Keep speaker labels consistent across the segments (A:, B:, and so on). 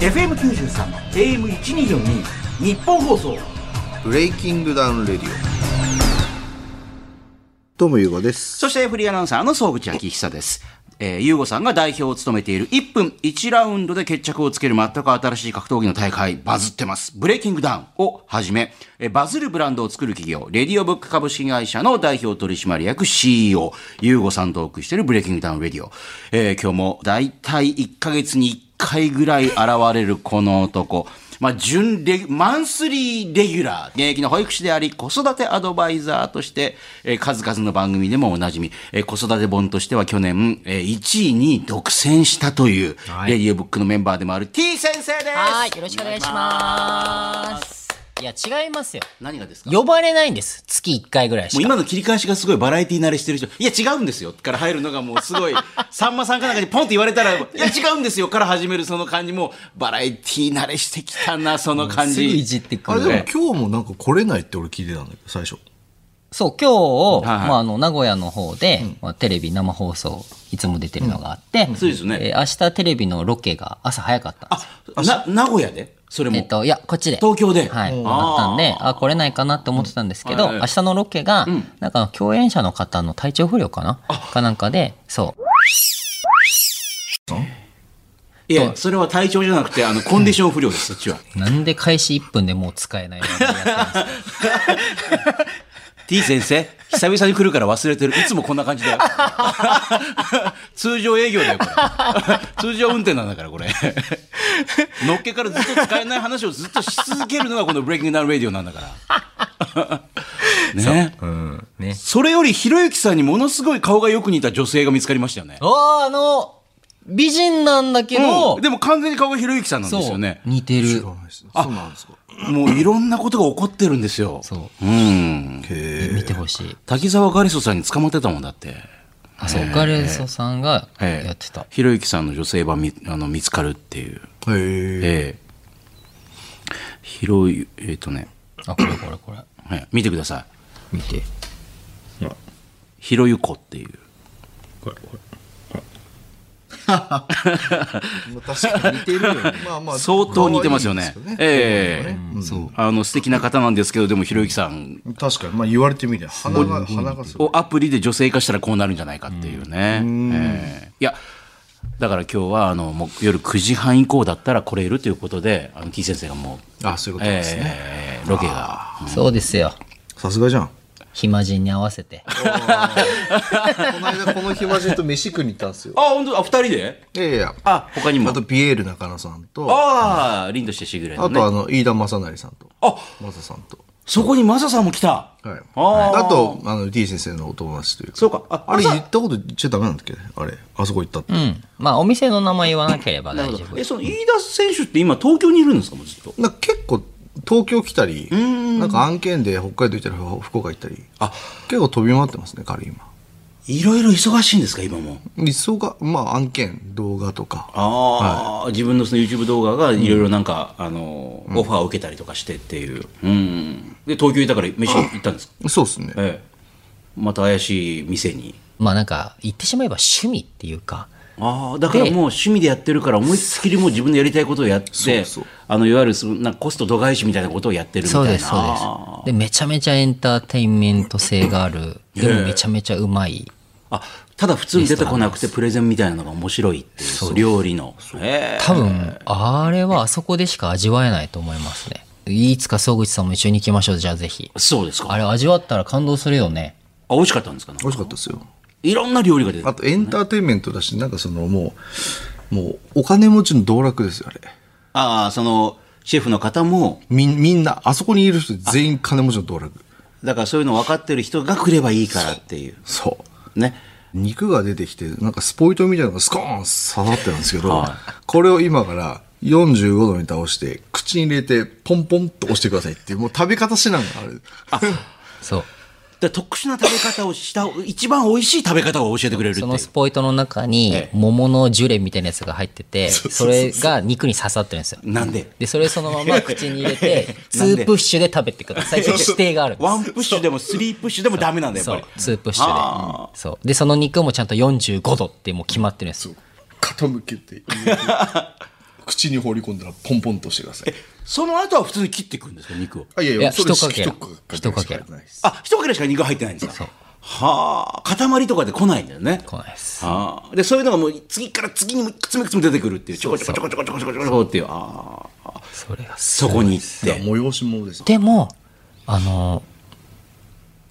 A: FM93 AM1242 日本放送
B: ブレイキングダウンレディオ。どうも、ゆうごです。
C: そしてフリーアナウンサーの総口昭久です。えー、ゆうごさんが代表を務めている1分1ラウンドで決着をつける全く新しい格闘技の大会、バズってます。ブレイキングダウンをはじめ、えーバズるブランドを作る企業、レディオブック株式会社の代表取締役 CEO、ゆうごさんとお送りしているブレイキングダウンレディオ。えー今日も大体1ヶ月に1回ぐらい現れるこの男。まあ、準レギュマンスリーレギュラー、現役の保育士であり、子育てアドバイザーとして、えー数々の番組でもおなじみ、えー子育て本としては去年、えー1位に独占したという、レディオブックのメンバーでもある T 先生です
D: はい、よろしくお願いします。いや、違いますよ。
C: 何がですかも
D: 呼ばれないんです。月1回ぐらいし
C: う
D: か。
C: 今の切り返しがすごいバラエティ慣れしてる人、いや違うんですよから入るのがもうす ごい、さんまさんかなんかにポンって言われたら、いや違うんですよから始めるその感じも、バラエティ慣れしてきたな、その感
D: すぐい
C: じ。
D: じってく
B: あれ
D: る。
B: でも今日もなんか来れないって俺聞いてたんだけど、最初。
D: そう、今日を、
C: はいはい
D: まあ、あの、名古屋の方で、まあ、テレビ生放送、いつも出てるのがあって、
C: そうですよね
D: えー明日テレビのロケが朝早かったんですよ。
C: あな、名古屋でそれも。
D: えっと、いや、こっちで。
C: 東京で。
D: はい、
C: あ
D: あったんで、あ、来れないかなって思ってたんですけど、
C: うんはい
D: 明日のロケが、なんか共演者の方の体調不良かなかなんかで、そう。
C: いや、それは体調じゃなくて、あの、コンディション不良です、そっちは。
D: なんで開始1分でもう使えないのやってるんですか
C: T 先生、久々に来るから忘れてる。いつもこんな感じだよ。 通常営業だよ、これ。通 常運転なんだから、これ。 のっけからずっと使えない話をずっとし続けるのがこのブレイキングダウンラディオなんだから。 ね。
D: うん。ね。
C: それより、ひろゆきさんにものすごい顔がよく似た女性が見つかりましたよね。
D: ああ、あの、美人なんだけど、
C: うんでも完全に顔がひろゆきさんなんですよね。
D: 似てる。
B: そうなんですか。
C: もういろんなことが起こってるんですよ。。
D: そう
B: へ
C: ん。
B: え。
D: 見てほしい。
C: 滝沢ガリソさんに捕まってたもんだって。
D: あ、そう、ガレソさんがやってた。
C: ひろゆきさんの女性版みあの見つかるっていう。
B: へえ。
C: ええひろゆ、えっ、とね、
D: あ、これこれこれ。
C: はい、見てください。
D: 見て。
C: ひろゆこっていう。
B: 確かに似てるよね。まあ ま
C: 相当似てますよね。
B: 可愛いですよ
C: ええ
B: うんそう。
C: あの素敵な方なんですけど、でもひろゆきさん
B: 確かに、まあ言われてみりゃ、鼻が、鼻がすごい。
C: をアプリで女性化したらこうなるんじゃないかっていうね。ええいや、だから今日はあのもう夜9時半以降だったら来れるということで、あの T 先生がもう、
B: あ、そういうことですね。
C: ええロケが。
D: そうですよ。
B: さすがじゃん。
D: 暇人に合わせて。
B: この間この暇人と飯食いに行ったんですよ。
C: あ、本当あ、二人で
B: いやいや。あ
C: あ、他にも。
B: と、ピエール中野さんと、
C: ああ、凛としてしぐれの
B: あ
C: ね。
B: と、あの、飯田正成さんと、
C: あ、
B: マサさんと。
C: そこにマサさんも来た。
B: はい。
C: あー
B: あと、あの、T 先生のお友達というか。
C: そうか。あ、
B: あれ
C: マ
B: 言
C: サ
B: ったこと言っちゃダメなんだっけあれ。あそこ行ったって。
D: うん。まあ、お店の名前言わなければ大丈夫。
C: え、その飯田選手って今東京にいるんですかもうずっと。
B: なんか結構、東京来たり、なんか案件で北海道行ったり、ふ福岡行ったり。
C: あ、
B: 結構飛び回ってますね、彼今。
C: いろいろ忙しいんですか今も。
B: そうが、まあ案件、動画とか。
C: ああ、自分のその YouTube 動画がいろいろなんか、あのー、オファーを受けたりとかしてっていう。うん。で、東京いたから飯行ったんですか
B: そうですね。
C: ええ。また怪しい店に。
D: まあなんか、言ってしまえば趣味っていうか、
C: ああだからもう趣味でやってるから思いっきりもう自分のやりたいことをやって
B: そうそう
C: あのいわゆるそのなんかコスト度外視みたいなことをやってるみたい
D: そう
C: な
D: です、そうです。で、めちゃめちゃエンターテインメント性がある。でもめちゃめちゃうまい。
C: あただ普通に出てこなくてプレゼンみたいなのが面白いっていう料理のへえ
D: 多分、あれはあそこでしか味わえないと思いますね。いつか総口さんも一緒に行きましょう、じゃあぜひ。
C: そうですか
D: あれ味わったら感動するよね。
C: あ美味しかったんですかね
B: 美味しかったですよ。
C: いろんな料理が出て
B: あ
C: る
B: とエンターテインメントだし、なんかそのもう、もうお金持ちの道楽ですよ、あれ。
C: ああそのシェフの方も
B: み、みんな、あそこにいる人全員金持ちの道楽。
C: だからそういうの分かってる人が来ればいいからっていう
B: そう。
C: ね
B: 肉が出てきて、なんかスポイトみたいなのがスコーン刺さってるんですけど、
C: はい
B: これを今から45度に倒して、口に入れて、ポンポンと押してくださいっていう、もう食べ方しなんがある。
D: そう。
C: で特殊な食べ方をした一番美味しい食べ方を教えてくれるってい
D: そうのスポイトの中に
C: ええ
D: 桃のジュレみたいなやつが入ってて、それが肉に刺さってるんですよ。
C: なんで
D: で、それそのま ま口に入れて、ツ
C: なんで
D: ープッシュで食べてくださいっていう指定があるんです
C: ワンプッシュでもスリープッシュでもダメなんだよ
D: そ
C: やっ
D: う
C: ぱり、
D: ツープッシュで。そう。で、その肉もちゃんと45度ってもう決まってるんですよ。
B: 傾けて、口に放り込んだらポンポンと押してください。
C: その後は普通に切っていくんですか肉を
B: あいやい
D: いや
B: それ
D: 一かけら
B: 一かけら
D: 一かけら
B: ないです。
C: あ一かけらしか肉入ってないんですかはあ塊とかで来ないんだよね
D: 来ないです
C: ああでそういうのがもう次から次に詰め詰め出てくるっていうちょこちょこちょこちょこちょこちょこちょこっていうああ
D: それがす
C: そこに行っ
B: いや
C: て
B: 催し物です。
D: でもあの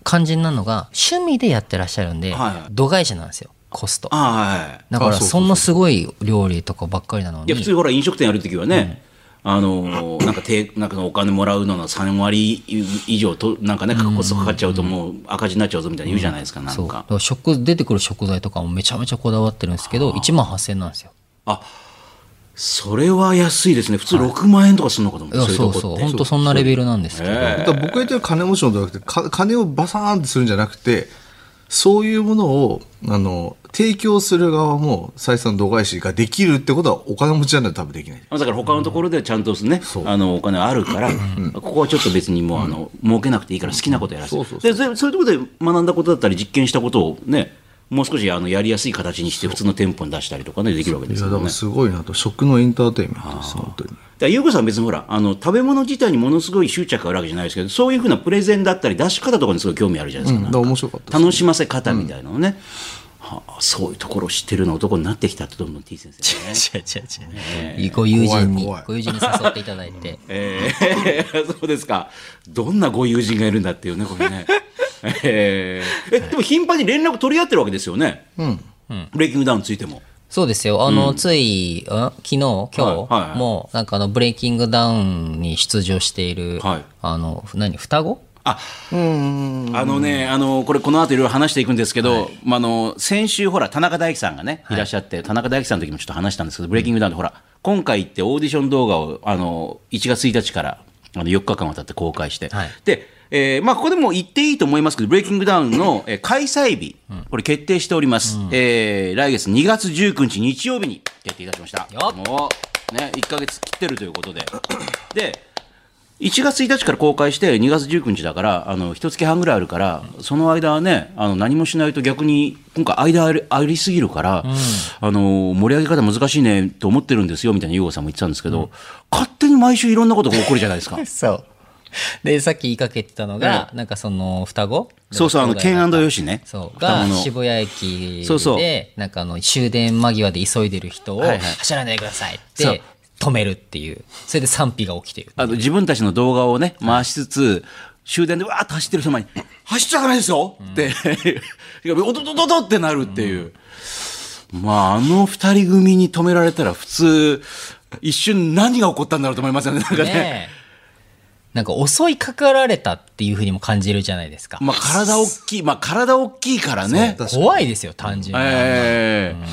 D: 肝心なのが趣味でやってらっしゃるんで、
C: はい
D: 度外視なんですよコスト
C: ああ
D: だか
B: あ
D: ら
B: そうそ
D: そ
B: うん
D: なすごい料理とかばっかりなの
C: い
D: に
C: や普通ほら飲食店やるときはね、あのーなんか定なんかお金もらうのの3割以上となんかねコストかかっちゃうともう赤字になっちゃうぞみたいに言うじゃないですか、な
D: そ
C: ん
D: うだ
C: か
D: から食出てくる食材とかもめちゃめちゃこだわってるんですけど1万8000円なんですよ
C: それは安いですね普通6万円とかするのかと思
D: いや
C: う、
D: そうそう本当そんなレベルなんですけど、
B: だから僕が言ってる金持ちのじゃなくてか金をバサーンってするんじゃなくてそういうものをあの提供する側も採算度外視ができるってことはお金持ちじゃないと多分できない
C: だから他のところではちゃんとね、あのお金あるから、ここはちょっと別にもう、あの儲けなくていいから好きなことやらせて、
B: そうそう
C: でぜそういうところで学んだことだったり実験したことをねもう少しあのやりやすい形にして普通の店舗に出したりとかねできるわけで
B: い
C: す
B: や
C: よ
B: だか
C: ね
B: ら。すごいなと食のエンターテインメントです本当に
C: だから優子さんは別にほらあの食べ物自体にものすごい執着があるわけじゃないですけどそういうふうなプレゼンだったり出し方とかにすごい興味あるじゃないです
B: うんだ
C: か,、
B: から面白かったです
C: 楽しませ方みたいなのね、はあ、そういうところを知ってるの男になってきたってどんどん T 先生ね
D: 違う違う違うご友人に
B: 怖い怖い
D: ご友人に誘っていただい て
C: えー そうですかどんなご友人がいるんだっていうねこれね えーえでも頻繁に連絡取り合ってるわけですよね、ブレイキングダウンについても
D: そうですよあの、ついあ昨日今日、
C: はいはい
D: もうなんかあのブレイキングダウンに出場している、
C: はい
D: あの何双子
C: ああのね、あのこれ、この後いろいろ話していくんですけど、まあ、あの先週、ほら、田中大輝さんがね、いらっしゃって、田中大輝さんの時もちょっと話したんですけど、ブレイキングダウンで、ほら、今回行って、オーディション動画をあの1月1日からあの4日間渡って公開して、
D: はい
C: で、えーまあ、ここでも言っていいと思いますけど、ブレイキングダウンの、えー開催日、これ、決定しております、えー来月2月19日日曜日に決定いたしました。
D: よっ
C: もうね、1か月切ってるということで。で1月1日から公開して2月19日だからあの一月半ぐらいあるからその間はねあの何もしないと逆に今回間ありありすぎるから、あの盛り上げ方難しいねと思ってるんですよみたいな優吾さんも言ってたんですけど、勝手に毎週いろんなことが起こるじゃないですか
D: そうでさっき言いかけてたのが、なんかその双子
C: そうそうあのケンヨシね
D: そう
C: 双
D: が
C: 子の
D: 渋谷駅で
C: そうそう
D: なんかあの終電間際で急いでる人を
C: はいはい
D: 走らないでくださいっ
C: そう
D: て止めるっていうそれで賛否が起きている
C: あの自分たちの動画をね回しつつ終電でわーっと走ってる人前に「走っちゃダメですよ!」って「 おどどどど」ってなるっていう、まああの二人組に止められたら普通一瞬何が起こったんだろうと思いますよねなんかね
D: ねえなんか襲いかかられたっていうふうにも感じるじゃないですか、
C: まあ体大きいまあ体大きいからね
D: 怖いですよ単純に、
C: ええ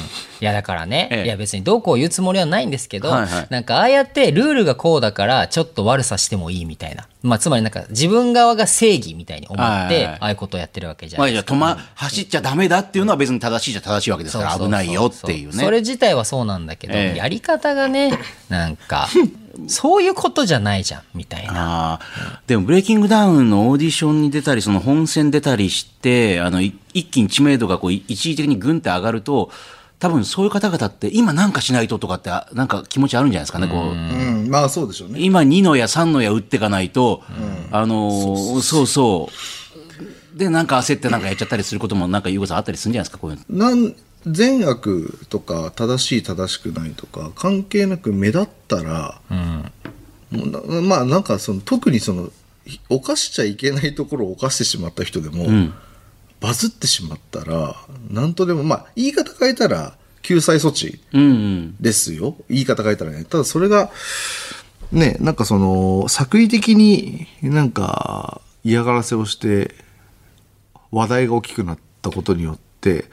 D: いやだからね、
C: ええ
D: いや別にどうこう言うつもりはないんですけど、
C: はいはい
D: なんかああやってルールがこうだからちょっと悪さしてもいいみたいな、まあ、つまりなんか自分側が正義みたいに思って、
C: はいはいはい
D: ああいうことをやってるわけじゃ
C: ま
D: な
C: あ
D: い
C: じ
D: で
C: ゃあ
D: すか。
C: 止ま走っちゃダメだっていうのは別に正しいじゃ正しいわけです
D: そう
C: か
D: そ
C: ら
D: うそう
C: 危ないよっていうね
D: それ自体はそうなんだけど、
C: ええ
D: やり方がねな んかそういうことじゃないじゃんみたいな
C: ああ、でも、ブレイキングダウンのオーディションに出たり、その本戦出たりして、あの、い一気に知名度がこう、い一時的にグンって上がると、多分そういう方々って、今なんかしないととかって、あなんか気持ちあるんじゃないですかね、こう。
B: うんまあそうでしょうね
C: 今2の矢3の矢打っていかないと、あのーそうそう。で、なんか焦ってなんかやっちゃったりすることも、なんか優子さんあったりするんじゃないですか、こういうの。
B: なん善悪とか正しい正しくないとか関係なく目立ったら、もうなまあなんかその特にそのひ犯しちゃいけないところを犯してしまった人でも、バズってしまったらなんとでもまあ言い方変えたら救済措置
C: うんうん。
B: ですよ言い方変えたらねただそれがねなんかその作為的になんか嫌がらせをして話題が大きくなったことによって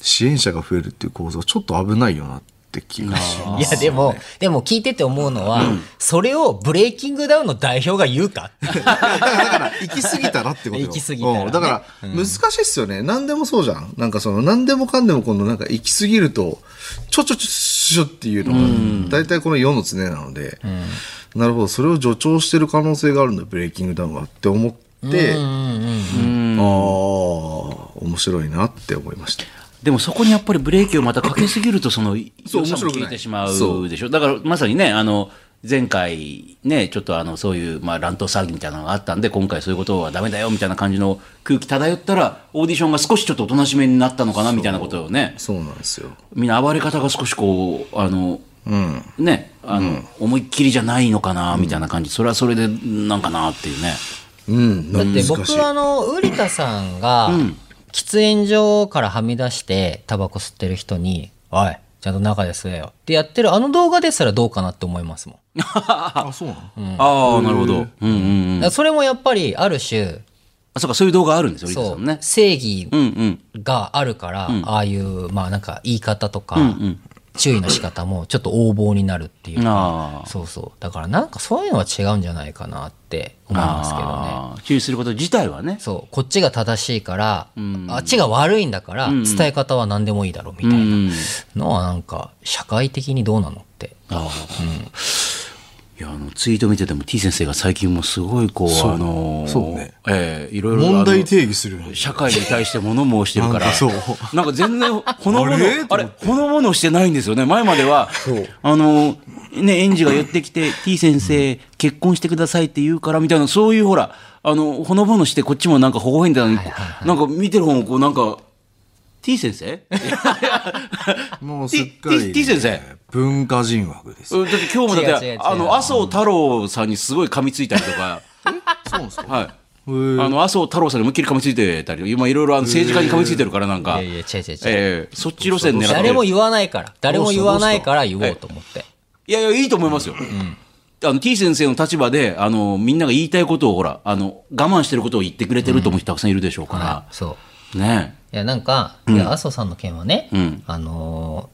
B: 支援者が増えるっていう構造はちょっと危ないよなって気がしま
D: いやでも、でも聞いてて思うのは、それをブレイキングダウンの代表が言うか
B: すだからだから行き過ぎたらってことよ
D: 行き過ぎたらね
B: うんだから難しいっすよね、何でもそうじゃんなんかその何でもかんでも今度なんか行き過ぎるとちょちょちょちょっていうのが大体この世の常なので、なるほどそれを助長してる可能性があるんだブレイキングダウンはって思って、ああ面白いなって思いました
C: でもそこにやっぱりブレーキをまたかけすぎると、その、
E: そう
C: 良さ
E: 面白
C: も
E: くない
C: 消えてしま
E: そう
C: うでしょ。だからまさにね、あの、前回ね、ちょっとあの、そういう、まあ、乱闘騒ぎみたいなのがあったんで、今回そういうことはダメだよ、みたいな感じの空気漂ったら、オーディションが少しちょっとおとなしめになったのかな、みたいなことをね、
E: そうなんですよ。
C: みんな暴れ方が少しこう、あの、
E: うん。
C: ね、あの、思いっきりじゃないのかな、みたいな感じ。それはそれで、なんかな、っていうね。
E: うん。
D: だって僕
E: 難しい
D: はあの、ウリタさんが、喫煙所からはみ出して、タバコ吸ってる人に、おい、ちゃんと中で吸えよってやってるあの動画ですらどうかなって思いますもん。
E: あ、そうなの、
C: ああ、なるほど。うんうんうん。
D: だからそれもやっぱりある種、
C: あ、そうか、そういう動画あるんですよ、リカ
D: そ
C: さ
D: う、
C: んね。
D: 正義
C: うんうん。
D: があるから、ああいう、まあなんか言い方とか、
C: ん
D: 注意の仕方もちょっと横暴になるっていう
C: あ
D: か
C: あ、
D: そうそう。だからなんかそういうのは違うんじゃないかなって思いますけどね。
C: あー注意すること自体はね。
D: そう、こっちが正しいから、あっちが悪いんだから、伝え方は何でもいいだろうみたいなのはなんか、社会的にどうなのって。
C: ああいやあのツイート見てても T 先生が最近もすごいこうあのー
B: そうね
C: ええいろいろ
B: 問
C: あ
B: 題
C: の
B: 定義するよね。
C: 社会に対して物申してるか
B: な
C: ら
B: んかそう
C: なんか全然ほのぼの
B: あ
C: あ
B: れ
C: れほのぼのしてないんですよね前まではあのーね園児が言ってきて T 先生結婚してくださいって言うからみたいなそういうほらあのほのぼのしてこっちもなんか微笑んでたのに、なんか見てる方もこうなんか T 先生
B: もうすっかり、
C: T- T- T 先生
B: 文化人枠です。
C: うんだって今日もだっ
D: 違う違う違
C: て
D: う
C: あの麻生太郎さんにすごい噛みついたりとか
B: そうなんですか
C: はい
B: へー
C: あの麻生太郎さんに思いっきり噛みついてたり今いろいろあの政治家に噛みついてるからなん
D: い
C: か
D: やいや、違う違う違う。
C: ええそっち路線狙って
D: 誰も
C: る
D: 言わないから、誰も言わないから言おうと思って。
C: いやいやいいと思いますよあの T 先生の立場であのみんなが言いたいことをほらあの我慢してることを言ってくれてると思う人たくさんいるでしょうか
D: はい、そう。
C: らね
D: いや、なんか、いや、麻生さんの件はね、
C: うん
D: あのー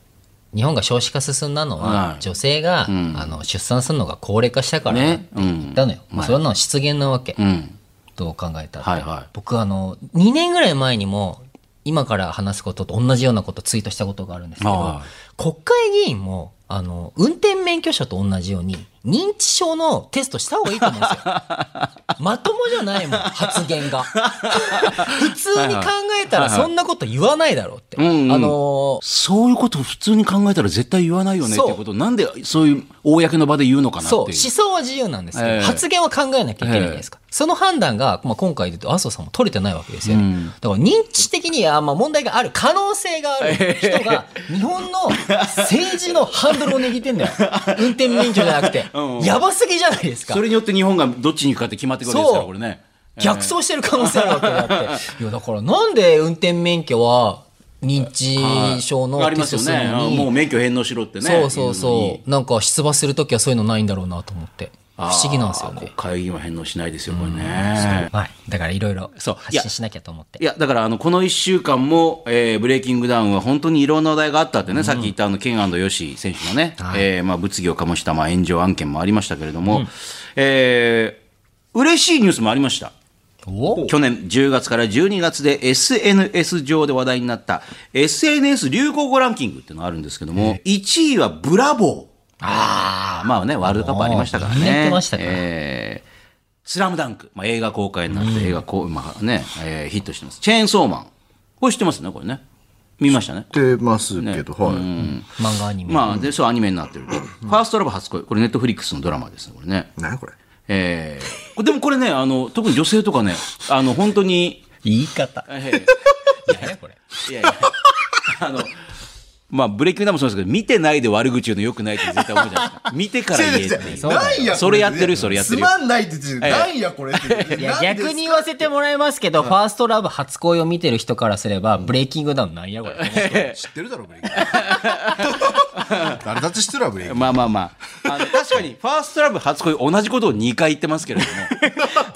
D: 日本が少子化進んだのは、
C: はい
D: 女性が、あの出産するのが高齢化したからだって
C: ねうん
D: 言ったのよ。まあ、それはの失言なわけ。
C: うん
D: どう考えたって、
C: はいはい
D: 僕あの2年ぐらい前にも今から話すことと同じようなことをツイートしたことがあるんですけど
C: は
D: 国会議員もあの運転免許証と同じように認知症のテストした方がいいと思うんです よまともじゃないもん発言が普通に考えたらそんなこと言わないだろうって、
C: んうん
D: あのー
C: そういうことを普通に考えたら絶対言わないよねっていうことをなんでそういう公の場で言うのかなってい
D: そう
C: う
D: 思想は自由なんですけど、
C: ええ
D: 発言は考えなきゃいけないじゃないですか、その判断が、まあ、今回で言うと麻生さんも取れてないわけですよね、
C: うん
D: だから認知的にあまあ問題がある可能性がある人が日本の政治のハンドルを握っ てんだよ運転免許じゃなくて、
C: うん
D: やばすぎじゃないですか
C: それによって日本がどっちに行くかって決まってくるわけですから
D: そう
C: これね
D: 逆走してる可能性あるわけであって、いやだからなんで運転免許は認知症の
C: あり
D: テ
C: ま
D: ス
C: す
D: ト
C: よ
D: する
C: ね
D: のに、
C: もう免許返納しろってね
D: そうそう
C: いの
D: そ
C: に
D: うなんか出馬する時はそういうのないんだろうなと思って不思議なんですよ
C: あー
D: ね
C: 国会議員は返納しないですよこれね
D: はい、だからいろいろ
C: そう
D: 発
C: いや
D: 信しなきゃと思って
C: い。やだからあのこの1週間も、えーブレイキングダウンは本当にいろんな話題があったってね、さっき言ったあのケンヨシ選手のね、えーまあ、物議を醸したまあ炎上案件もありましたけれども、えー嬉しいニュースもありました。
D: お
C: 去年10月から12月で SNS 上で話題になった SNS 流行語ランキングっていうのがあるんですけども、1位はブラボー。ああ、まあね、ワールドカップありましたから
D: もうみんなや
C: ね。
D: ってましたから
C: えースラムダンク、まあ、映画公開になって、映画こう、まあね、えーヒットしてます。チェーンソーマン。これ知ってますね、これね。見ましたね。
B: 言ってますけど、はい。
D: 漫画アニメ。
C: まあ、で、そうアニメになってると。ファーストラブ初恋。これネットフリックスのドラマですね、これね。
B: 何やこれ。
C: えーこれでもこれね、あの、特に女性とかね、あの、本当に、
D: 言い方。
C: えー
D: 何これ。
C: いやいや、あの、まあ、ブレイキングダウンもそうですけど、見てないで悪口言うのよくないって絶対思うじゃない ですか。見てから言えっていう。
D: うだよ
B: なんやこれ
C: それやってるそれやってる
B: つまんないって言って、なんやこれって。
D: いや、逆に言わせてもらいますけど、ファーストラブ初恋を見てる人からすれば、ブレイキングダウンなんやこれ。
B: 知ってるだろ、ブレイキン。誰だって知ってるわ、ブレイキン。
C: まあまあまあ。あの確かに、ファーストラブ初恋、同じことを2回言ってますけれ ど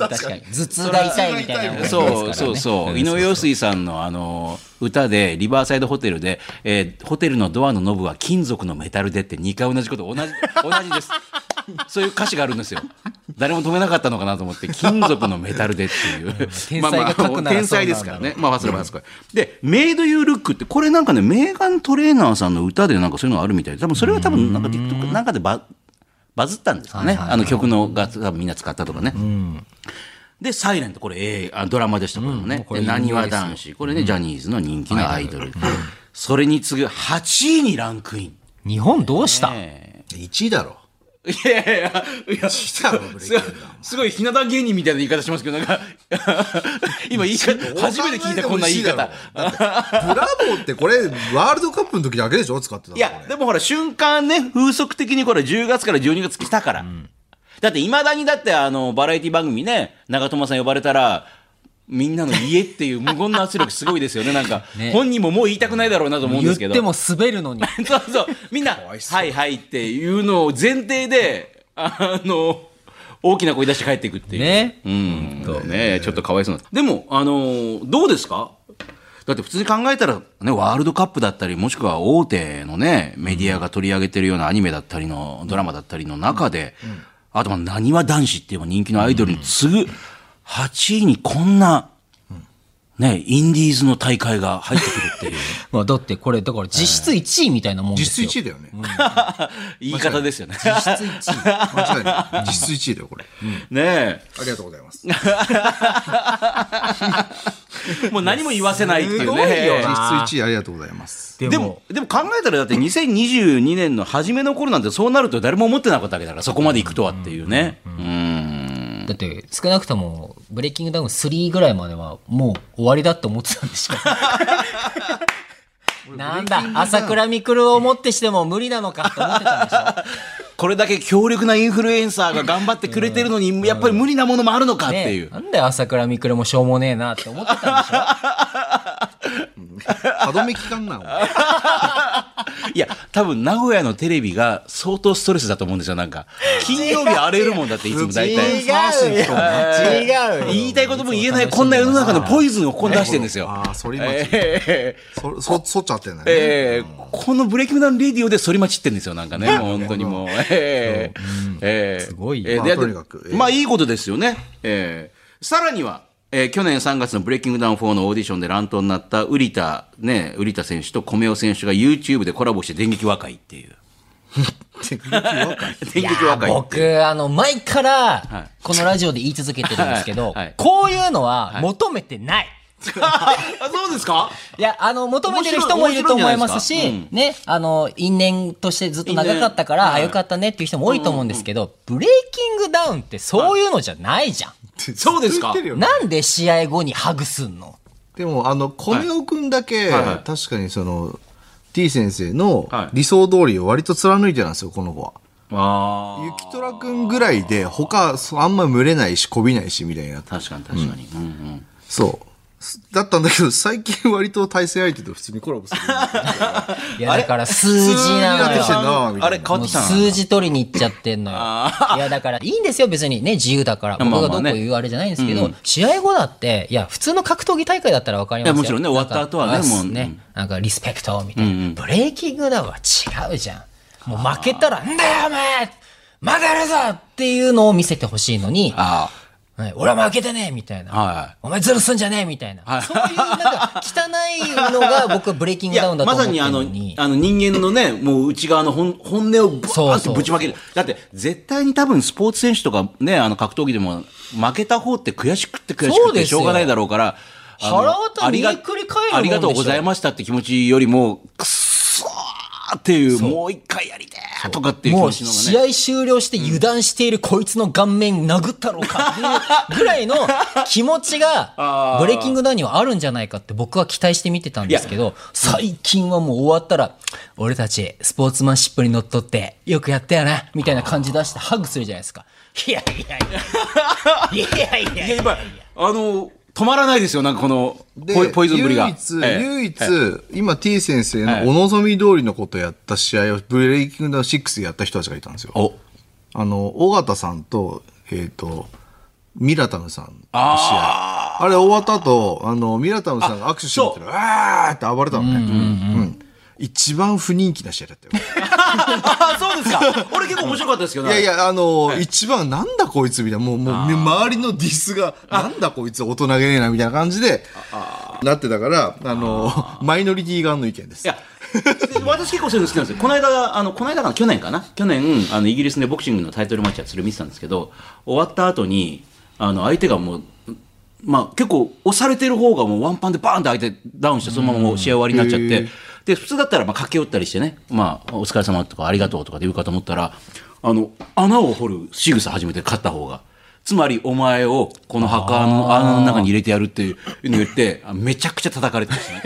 D: 確かに。頭痛が痛いみたいな。
C: も。そうそうそう。井上陽水さんのあの、歌で、リバーサイドホテルで、えーホテルのドアのノブは金属のメタルでって2回同じこと、 同じ、同じです。そういう歌詞があるんですよ。誰も止めなかったのかなと思って、金属のメタルで っていう。
D: 天才が書くならそうなんだろう
C: 天才ですからね。まあ、ファーストラブハスコイで、メイドユールックって、これなんかね、メーガン・トレーナーさんの歌でなんかそういうのがあるみたいで、多分それは多分なんか TikTok なんかでババズったんですかね。あの曲のが多分みんな使ったとかね。で、サイレント、これ、えーあドラマでしたけどね。で、なにわ男子。これね、ジャニーズの人気のアイドル。それに次ぐ8位にランクイン。
D: 日本どうした、
B: 1位だろ。
C: いやいやいや、いや
B: 1位だろ、ブレイキンダウン。
C: すごいひな壇芸人みたいな言い方しますけど、 なんか、今言い方、初めて聞いたこんな言い
B: だ
C: 方
B: って。ブラボーってこれ、ワールドカップの時だけでしょ使ってたの
C: いや、でもほら、瞬間ね、風速的にこれ10月から12月来たから。だって、いまだにだって、あの、バラエティ番組ね、長友さん呼ばれたら、みんなの家っていう無言の圧力すごいですよね。なんか、本人ももう言いたくないだろうなと思うん
D: 言
C: で
D: っ
C: すけど。
D: ても滑るのに。
C: そうそう。みんな、はいはいっていうのを前提で、あの、大きな声出して帰っていくっていう。
D: ね。
C: うん。そうね。ちょっとかわいそうな。でも、あのーどうですかだって普通に考えたら、ね、ワールドカップだったり、もしくは大手のね、メディアが取り上げてるようなアニメだったりの、ドラマだったりの中で、あとまあ、なにわ男子っていう人気のアイドルに次ぐ8位にこんな、ね、インディーズの大会が入ってくるっていう
D: まあだってこれ、だから実質1位みたいなもんです
B: 実
D: よ。
B: 質1位だよね。
C: 言い方ですよね。
B: 実質1位。間違いない。実質1位だよ、これ。
C: ねえ。
B: ありがとうございます。
C: もう何も言わせないっていうね。
B: 実質1位ありがとうございます。
D: で
C: でも、でも考えたらだって2022年の初めの頃なんてそうなると誰も思ってなかったわけだから、そこまで行くとはっていうね。うん。
D: だって少なくとも「ブレイキングダウン3」ぐらいまではもう終わりだって思ってたんでし ょなんだ朝倉未来をもってしても無理なのかって思ってたんでし
C: これだけ強力なインフルエンサーが頑張ってくれてるのに、やっぱり無理なものもある のかっ
D: ょ、
C: てい
D: ね
C: う。、
D: なんだよ朝倉未来もしょうもねえなって思ってたんでしょ
B: 歯止め効かんな、お前
C: いや、多分名古屋のテレビが相当ストレスだと思うんですよ、なんか。金曜日荒れるもんだっていつも大
B: 違
C: 体。
B: うよ
D: 違
C: 言いたいことも言えない、こんな世の中のポイズンをここに出してるんですよ。
B: ああ、反り
C: え
B: 待ち。
C: え
B: そ、そ、そっちゃってんだね。
C: えーこのブレイキングダウンレディオで反り待ちってんですよ、なんかね、もう本当にもう。えーえー
D: すごい
C: えー
B: まあ
C: で
B: とにかくえー
C: まあ、いいことですよね。えーさらには、えー去年3月のブレイキングダウン4のオーディションで乱闘になった瓜田、ね、瓜田選手と米尾選手が YouTube でコラボして電撃和解っ ていう。電撃和解。
D: 僕あの前から
C: い
D: このラジオで言い続けてるんですけ
C: はい
D: ど、
C: はい
D: こういうのは求めてない、
C: ああ そうですか
D: いや、あの、求めてる人もいると思いますし、
C: 面白い面
D: ね、あの、因縁としてずっと長かったから、あ、よかったねっていう人も多いと思うんですけど、ブレイキングダウンってそういうのじゃないじゃん。
C: そうですか
B: ずっと言ってるよね
D: なんで試合後にハグすんの
B: でも、あの、米尾くんだけ、
C: はいはい
B: 確かにその、T 先生の
C: はい
B: 理想通りを割と貫いてたんですよ、この子は。
C: あ
B: ゆきとらくんぐらいで、他、そうあんま群れないし、こびないし、みたいな
C: ー。確かに確かに。うんうん
B: そうす。だったんだけど、最近割と対戦相手と普通にコラボ する。
D: いや、だから数字なの
B: 普通になってきて
D: よ。
B: るなみたいな
C: あれ変わ
D: も
C: って
D: う
C: きたな
D: 数字取りに行っちゃってんのよ。いや、だから、いいんですよ、別にね、自由だから。
C: まあまあ
D: 僕がどうこう言うあれじゃないんですけど、試合後だって、いや、普通の格闘技大会だったらわかりますよ。
C: いやもちろんね終わった後はね
D: なんか
C: もう
D: ね、なんかリスペクトみたいな。ブレイキングダウンは違うじゃん。もう負けたら、んだよ、お前負けるぞっていうのを見せてほしいのに、
C: あ
D: はい俺は負けてねえみた
C: は
D: い
C: いは。
D: ないお前ずるすんじゃねえみたいな。そういう、なんか、汚いのが僕はブレイキン
C: い
D: グダウ
C: や
D: ンだと
C: ま
D: 思っ
C: さ
D: てる
C: にあの
D: の
C: あ
D: に。
C: の人間のねもう内側の本本音をぶ
D: そ
C: わー
D: う
C: って
D: そう
C: ぶちまけるだって絶対に多分スポーツ選手とかねあの格闘技でも負けた方って悔しくって悔し
D: そ
C: く
D: う
C: て
D: です
C: し
D: よ
C: ょうがないだろうからあの
D: 腹渡り
C: ありが
D: 煮えくり返るもんで
C: あり
D: しょ
C: がとうございましたって気持ちよりもくっそーっていうもう一回やりてーとかっていう気
D: もう
C: 持ちの方
D: 試
C: がね
D: 合終了して油断しているこいつの顔面殴ったろう かっていうぐらいの気持ちがブレイキングダウンにはあるんじゃないかって僕は期待して見てたんですけど最近はもう終わったら俺たちスポーツマンシップにのっとってよくやったよなみたいな感じ出してハグするじゃないですかいやいや いやいやいやいやいや
C: あの止まらないですよなんかこの
B: で
C: ポイポイズンぶりが
B: 唯一、
C: ええ
B: 唯一、今 T 先生のお望み通りのことやった試合をブレイキングダウン6でやった人たちがいたんですよ。
C: お
B: あの、尾形さんと、えっ、と、ミラタムさんの試合。あれ終わった後、あの、ミラタムさんが握手してってる、あーって暴れたのね。うん一番不人気な試合だったよ。
C: あそうですか俺結構面白かったですけど
B: いやいや、あの、一番なんだこいつみたいな、もう、もう、周りのディスが、なんだこいつ大人げねえなみたいな感じで、なってたから、あの、マイノリティ側の意見です
C: い。や、私結構そういうの好きなんですよ。この間、あの、この間かな、去年かな去年、あの、イギリスでボクシングのタイトルマッチはそれ見てたんですけど、終わった後に、あの、相手がもう、まあ、結構押されてる方がもうワンパンでバーンって相手ダウンして、そのままもう試合終わりになっちゃって、で、普通だったら、まあ、駆け寄ったりしてね、まあ、お疲れ様とか、ありがとうとかで言うかと思ったら、あの、穴を掘る仕草始めて勝った方が。つまり、お前を、この墓の穴の中に入れてやるっていうのを言って、あめちゃくちゃ叩かれてますね。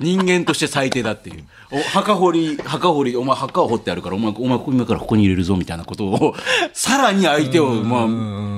C: 人間として最低だっていう。お墓掘り、墓掘り、お前墓を掘ってあるから、お前、お前今からここに入れるぞみたいなこと を、さらに相手を、まあ、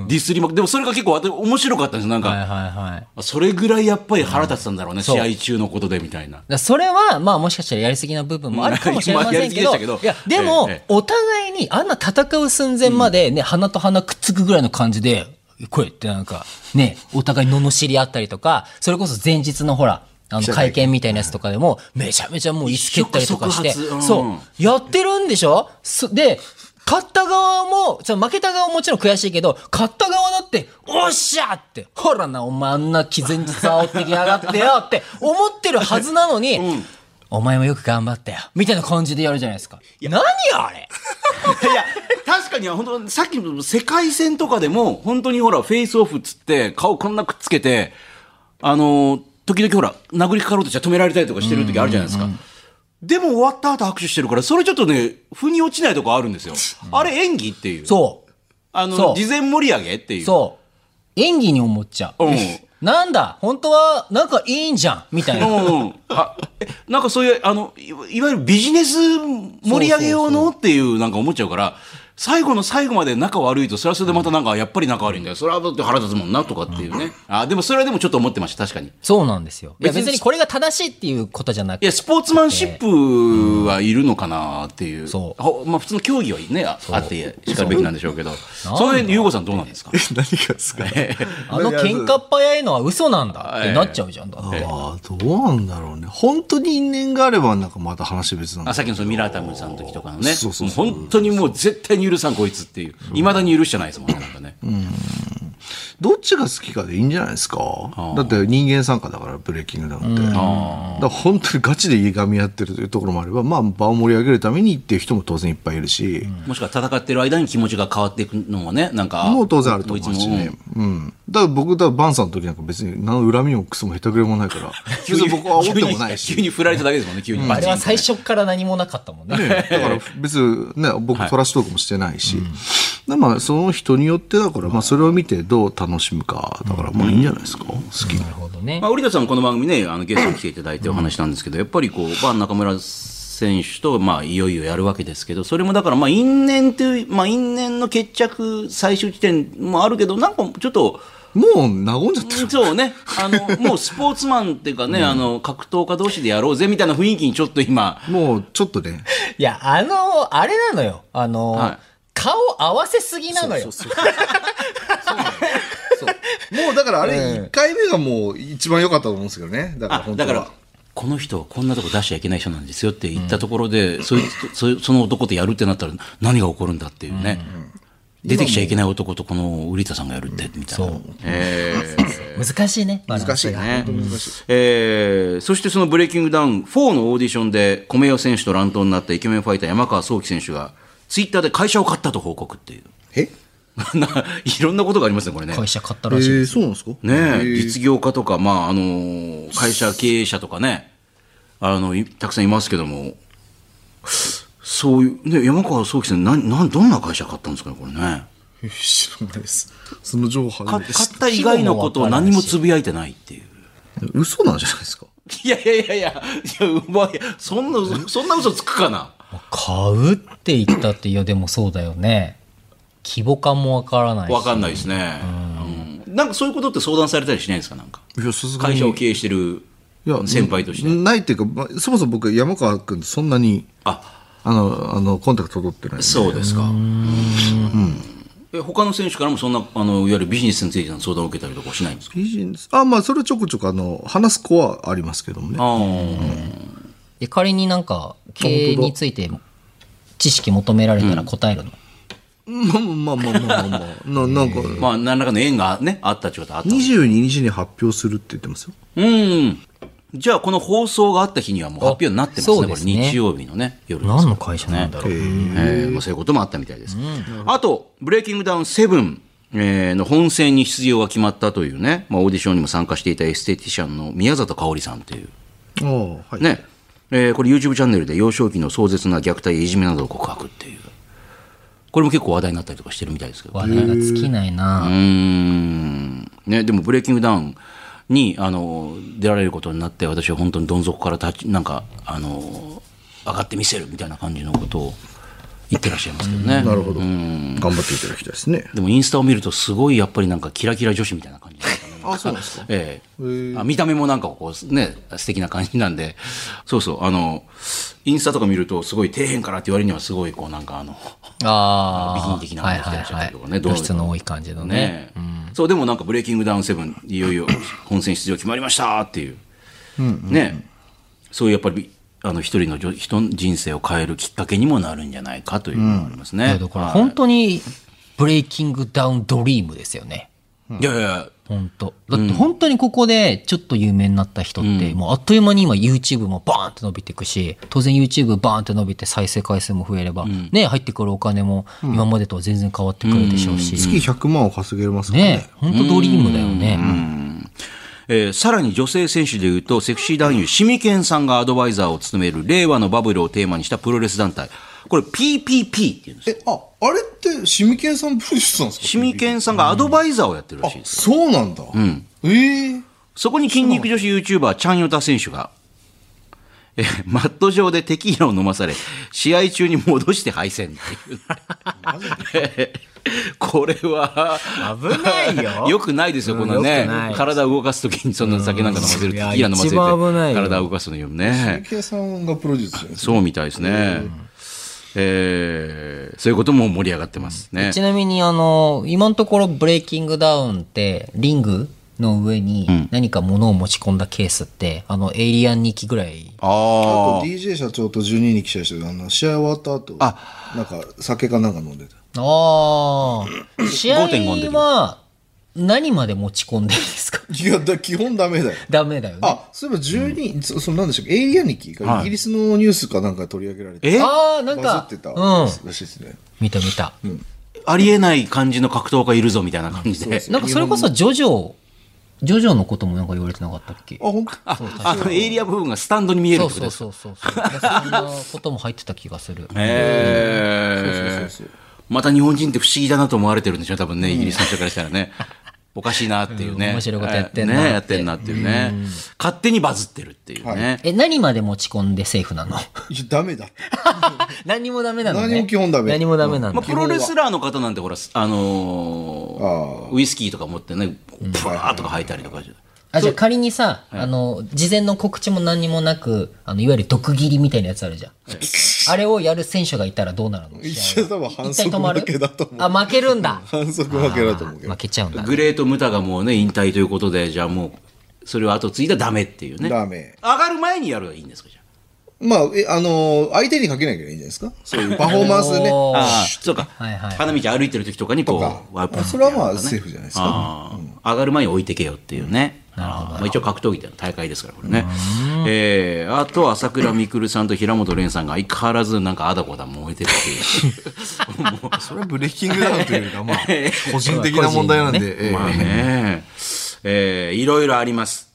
C: ディスりまくでもそれが結構私面白かったんですよ。なんか、
D: はいはいはい。だか
C: それぐらいやっぱり腹立ってたんだろうね、
D: そう
C: 試合中のことでみたいな。
D: らそれは、まあもしかしたらやりすぎな部分もあるかもしれません
C: ま
D: けど、
C: あやりすぎでしたけど
D: いや、でも
C: ええ、
D: お互いにあんな戦う寸前までね、鼻と鼻くっつくぐらいの感じで、来いってなんか、ね、お互い罵り合ったりとか、それこそ前日のほら、あの会見みたいなやつとかでも、めちゃめちゃもう椅子蹴ったりとかして、
C: 一触即発うん
D: そう、やってるんでしょそで、勝った側も、その負けた側ももちろん悔しいけど、勝った側だって、おっしゃって、ほらな、お前あんな毅然実煽ってきやがってよって思ってるはずなのに、お前もよく頑張ったよ、みたいな感じでやるじゃないですか。何あれ
C: いや、確かに本当さっきの世界戦とかでも、本当にほら、フェイスオフっつって、顔こんなくっつけて、あのー時々ほら、殴りかかろうとして止められたりとかしてる時あるじゃないですか。でも終わった後握手してるから、それちょっとね、腑に落ちないとこあるんですよ。あれ演技っていう。
D: そう。
C: あの、
D: そう
C: 事前盛り上げっていう。
D: そう。演技に思っちゃう。
C: うん
D: なんだ、本当は、なんかいいんじゃん、みたいな。
C: うんうんあえなんかそういうあのいいわゆるビジネス盛り上げ用のっていうなんか思っちゃうから最後の最後まで仲悪いとそれはそれでまたなんかやっぱり仲悪いんだよそれはだって腹立つもんなとかっていうね、あでもそれはでもちょっと思ってました確かに
D: そうなんですよ。いや
C: 別に
D: 別にこれが正しいっていうことじゃなく
C: いやスポーツマンシップはいるのかなっていう、
D: そう
C: ほまあ、普通の競技はねああってしかるべきなんでしょうけどその辺優子さんどうなんですか
B: 何がですか
D: あの喧嘩っ早いのは嘘なんだってなっちゃうじゃん。だって
B: ああ、どうなんだろうね。本当に因縁があれば、なんかまた話別なん
C: あ
B: だ
C: さっきのそのミラータムさんの時とかのね
B: そうそう
C: もう本当にもう絶対に許さんこいつっていういまだに許してないですもんねなんかね、
B: どっちが好きかでいいんじゃないですかだって人間参加だから、ブレーキングダウンって。だから本当にガチでいがみ合ってるというところもあれば、まあ、場を盛り上げるためにっていう人も当然いっぱいいるし、
C: もしくは戦ってる間に気持ちが変わっていくのはね、なんか。
B: もう当然あると思うしね
C: こいつも。
B: うん。だから僕、だからバンさんの時なんか別に何の恨みもクソもへたくれもない から、別に僕は
C: 急
B: 煽っ
C: に
B: てもないし。
C: 急に振られただけですもんね、急に。
D: あれは最初から何もなかったもんね。
B: だから別にね、僕トラッシュトークもしてないし。でまあその人によってだから、まあそれを見てどう楽しむか、だからまあいいんじゃないですか、好きに
D: なるほどね
C: ま。あ、織田さんもこの番組ね、あのゲストに来ていただいてお話したんですけど、やっぱりこう、まあ、中村選手と、まあ、いよいよやるわけですけど、それもだから、まあ、因縁という、まあ、因縁の決着、最終地点もあるけど、なんかちょっと、
B: もう和んじゃってる。
C: そうね、あの、もうスポーツマンっていうかね、あの、格闘家同士でやろうぜみたいな雰囲気にちょっと今、
B: もうちょっとね、
D: いや、あの、あれなのよ。あの、
C: はい
D: 顔合わせすぎなのよ。
E: もうだからあれ1回目がもう一番良かったと思うんですけどね。だから
C: あ
E: 本当
C: だ
E: は。
C: からこの人はこんなとこ出しちゃいけない人なんですよって言ったところで、そいつそその男とやるってなったら何が起こるんだっていうね、出てきちゃいけない男とこの瓜田さんがやるってみたいな。
D: そう
C: え
D: 難しいね。難
E: 難しいね。
C: ーえーそしてそのブレイキングダウン4のオーディションで米代選手と乱闘になったイケメンファイター山川聡輝選手がツイッターで会社を買ったと報告っていう
E: え
C: ないろんなことがありますねこれね
D: 会社買った
E: え
D: らしい
E: ー
D: です。
E: そうなんですか
C: ねえ、実業家とか、まあ、あのー会社経営者とかね、あの、いたくさんいますけども、そういう、ね、山川聡輝さん、なん、なん、どんな会社買ったんですかね、これね。
E: えー知らないです。その情報初
C: か
E: め
C: 買
E: て知っ
C: った以外のことを何もつぶやいてないっていう。
B: 嘘なんじゃないですか。
C: いやいやいやいや、いや、うまい。そんな、そんな嘘つくかな。
D: 買うって言ったって、いや、でもそうだよね。規模感もわからないし。
C: わかんないですね。うんなんかそういうことって相談されたりしないんですか、なんか。
B: いや、鈴
C: 会社を経営してる先輩として。
B: ないっていうか、まあ、そもそも僕、山川君とそんなに、
C: あ、
B: あの、あの、コンタクト取ってないんで。
C: そうですか。え他の選手からもそんなあのいわゆるビジネスについての相談を受けたりとかしないんですか。
B: ビジネス。あ、まあ、それはちょこちょこ、あの、話す子はありますけどもね。
C: ああ、
D: で仮になんか経営について知識求められたら答えるの、
B: まあまあまあま あまあまあ。ななんか、
C: まあ何らかの縁がねあったっていうことはあったんです。
B: 22日に発表するって言ってますよ。
C: うん。じゃあこの放送があった日にはもう発表になってますね。
D: あそう
C: こ
D: で
C: れ
D: すね
C: 日曜日のね夜です
D: 何の会社なんだろう、
C: えーまあ、そういうこともあったみたいです。あと、ブレイキングダウン7、えーの本戦に出場が決まったというね、まあ、オーディションにも参加していたエステティシャンの宮里香織さんという、
B: ああ、はい。
C: ね、えーこれ YouTube チャンネルで幼少期の壮絶な虐待やいじめなどを告白っていうこれも結構話題になったりとかしてるみたいですけど
D: 話題が尽きないな、
C: うーんね、でも「ブレイキングダウンに」あの出られることになって私は本当にどん底から立ちなんかあの上がってみせるみたいな感じのことを言ってらっしゃいますけどね。
B: なるほど。頑張っていただきたいですね。
C: でもインスタを見るとすごいやっぱりなんかキラキラ女子みたいな感じですかね。
B: あ、そうなんですか。
C: ええあ見た目もなんかこうね素敵な感じなんでそうそうあのインスタとか見るとすごい底辺からって言われるにはすごいこうなんかあの
D: あ
C: 美
D: あ
C: 人的な感
D: はい
C: じで
D: はい
C: やっちゃったりとかね
D: はい
C: どう
D: 露出の多い感じのね
C: ね、そうでもなんか「ブレイキングダウンセブンいよいよ本戦出場決まりましたっていうねそういうやっぱりあの一人の女人の人生を変えるきっかけにもなるんじゃないかというのがあります
D: い
C: ね
D: や。だから
C: はい
D: 本当にブレイキングダウンドリームですよね
C: いやいや
D: 本当だって本当にここでちょっと有名になった人って、もうあっという間に今 YouTube もバーンって伸びていくし当然 YouTube バーンって伸びて再生回数も増えれば、ね入ってくるお金も今までとは全然変わってくるでしょうし、
B: 月100万を稼げますからね。
D: ね本当ドリームだよね、
C: えーさらに女性選手でいうとセクシー男優シミケンさんがアドバイザーを務める令和のバブルをテーマにしたプロレス団体これ PPP っていうんですよ
B: え、あ、あれって、シミケンさんプロデュースなんですか
C: シミケンさんがアドバイザーをやってるらしいです
B: そうなんだ。ええ
C: そこに筋肉女子 YouTuber チャンヨタ選手が、えマット上でテキーラを飲まされ、試合中に戻して敗戦っていう。 これは、
D: 危ないよ
C: よくないですよ、このね
D: よくない。
C: 体を動かすときにそんな酒なんか飲ませる、
D: うん
C: テキーラ飲ませる
D: いや一番危ないよ
C: 体を動かすのよ
B: シ
C: ね
B: ミ。ケンさんがプロデュースです
C: そうみたいですね。えーそういうことも盛り上がってますね。
D: ちなみにあの今のところブレイキングダウンってリングの上に何か物を持ち込んだケースって、あのエイリアン2機ぐらい
C: あ
B: あと DJ 社長と12に記者してあの試合終わった後なんか酒かなんか飲んでた
D: ああ。試合
C: 5.5出てる
D: は何まで持ち込んでるんですか
B: いやだ基本ダメだよ
D: ダメだよね。
B: あそういえば12、そそのなんでしたっけエイリアニキがイギリスのニュースかなんか取り上げられて、
C: え
D: あー、なん
B: バ
D: か
B: ズってた、
D: うん
B: ら。しいですね、
D: 見た見た。
C: ーありえない感じの格闘家いるぞみたいな感じで。
D: なんかそれこそジョジョ、ジョジョのこともなんか言われてなかったっけ
B: あ本当
C: あのエイリア部分がスタンドに見える
D: そ
C: っ
D: う
C: てこと
D: そう
C: です
D: そうそう。そんなことも入ってた気がする。
C: へ
B: そうそうそうそ
C: ー
B: う
C: また日本人って不思議だなと思われてるんでしょ多分ねイギリスの人からしたらねおかしいなっていうね、
D: うん面白いことやってんな
C: えー
D: って
C: ねやってんなっていうね、勝手にバズってるっていうね、
D: え、何まで持ち込んでセーフなの
B: いやダメだって
D: 何もダメなのね。
B: 何も基本ダメ
D: 何もダメなん
C: ま
D: だ
C: あ、。プロレスラーの方なんてほらあのー
B: あ
C: ウイスキーとか持ってねプワーとか吐いたりとか、
D: あ、じゃあ仮にさ、あの、事前の告知も何にもなく、あの、いわゆる毒斬りみたいなやつあるじゃん。あれをやる選手がいたらどうなるの
B: 一
D: 試
B: 緒
D: 合は
B: 多分反
D: 一
B: 則
D: 回止まる
B: 負けだと思う
D: あ、負けるんだ。
B: 反則負けだと思うけど
D: 負けちゃうんだ。
C: グレート・ムタがもうね引退ということでじゃあもうそれを後継いだらダメっていうね
B: ダメ
C: 上がる前にやるばいいんですかじゃあ
B: まあえあの相手にかけなきゃいいんじゃないですかそういうパフォーマンスでね
D: おー
C: ああそうか、
D: はいはい
C: 花道歩いてる時とかにこ
B: か
C: うワープ
B: それはまあセーフじゃないですか
C: ああ上がる前に置いてけよっていうね、ああまあ、一応格闘技での大会ですからこれね、えーあと朝倉未来さんと平本蓮さんが相変わらずなんかあだこだ燃えてるっていうも
B: それはブレイキングダウンというよりかまあ 個人的な問題なんで、え
C: う
B: え
C: まあねえーいろいろあります、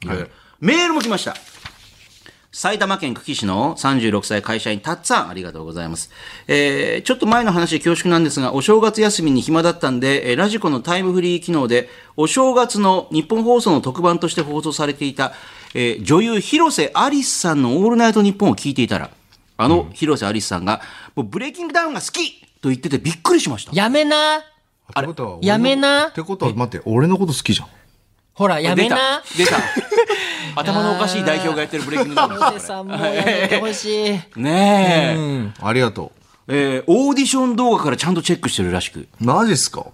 C: メールも来ました埼玉県久喜市の36歳会社員たっさんありがとうございます、えーちょっと前の話で恐縮なんですがお正月休みに暇だったんで、えーラジコのタイムフリー機能でお正月の日本放送の特番として放送されていた、えー女優広瀬アリスさんの「オールナイトニッポン」を聞いていたらあの広瀬アリスさんが「もうブレイキングダウンが好き!」と言っててびっくりしました
D: やめな
B: ってことは俺の
D: やめな
B: ってことは待って俺のこと好きじゃん
D: ほら、やめな
C: 出た出 た頭のおかしい代表がやってるブレイキングダ ウン
D: 広
C: で
D: 瀬
C: す
D: さ
C: よ
D: んもうやめてほしい。
C: これねえ、
B: ありがと
C: えーオーディション動画からちゃんとチェックしてるらしく
B: うマジっすか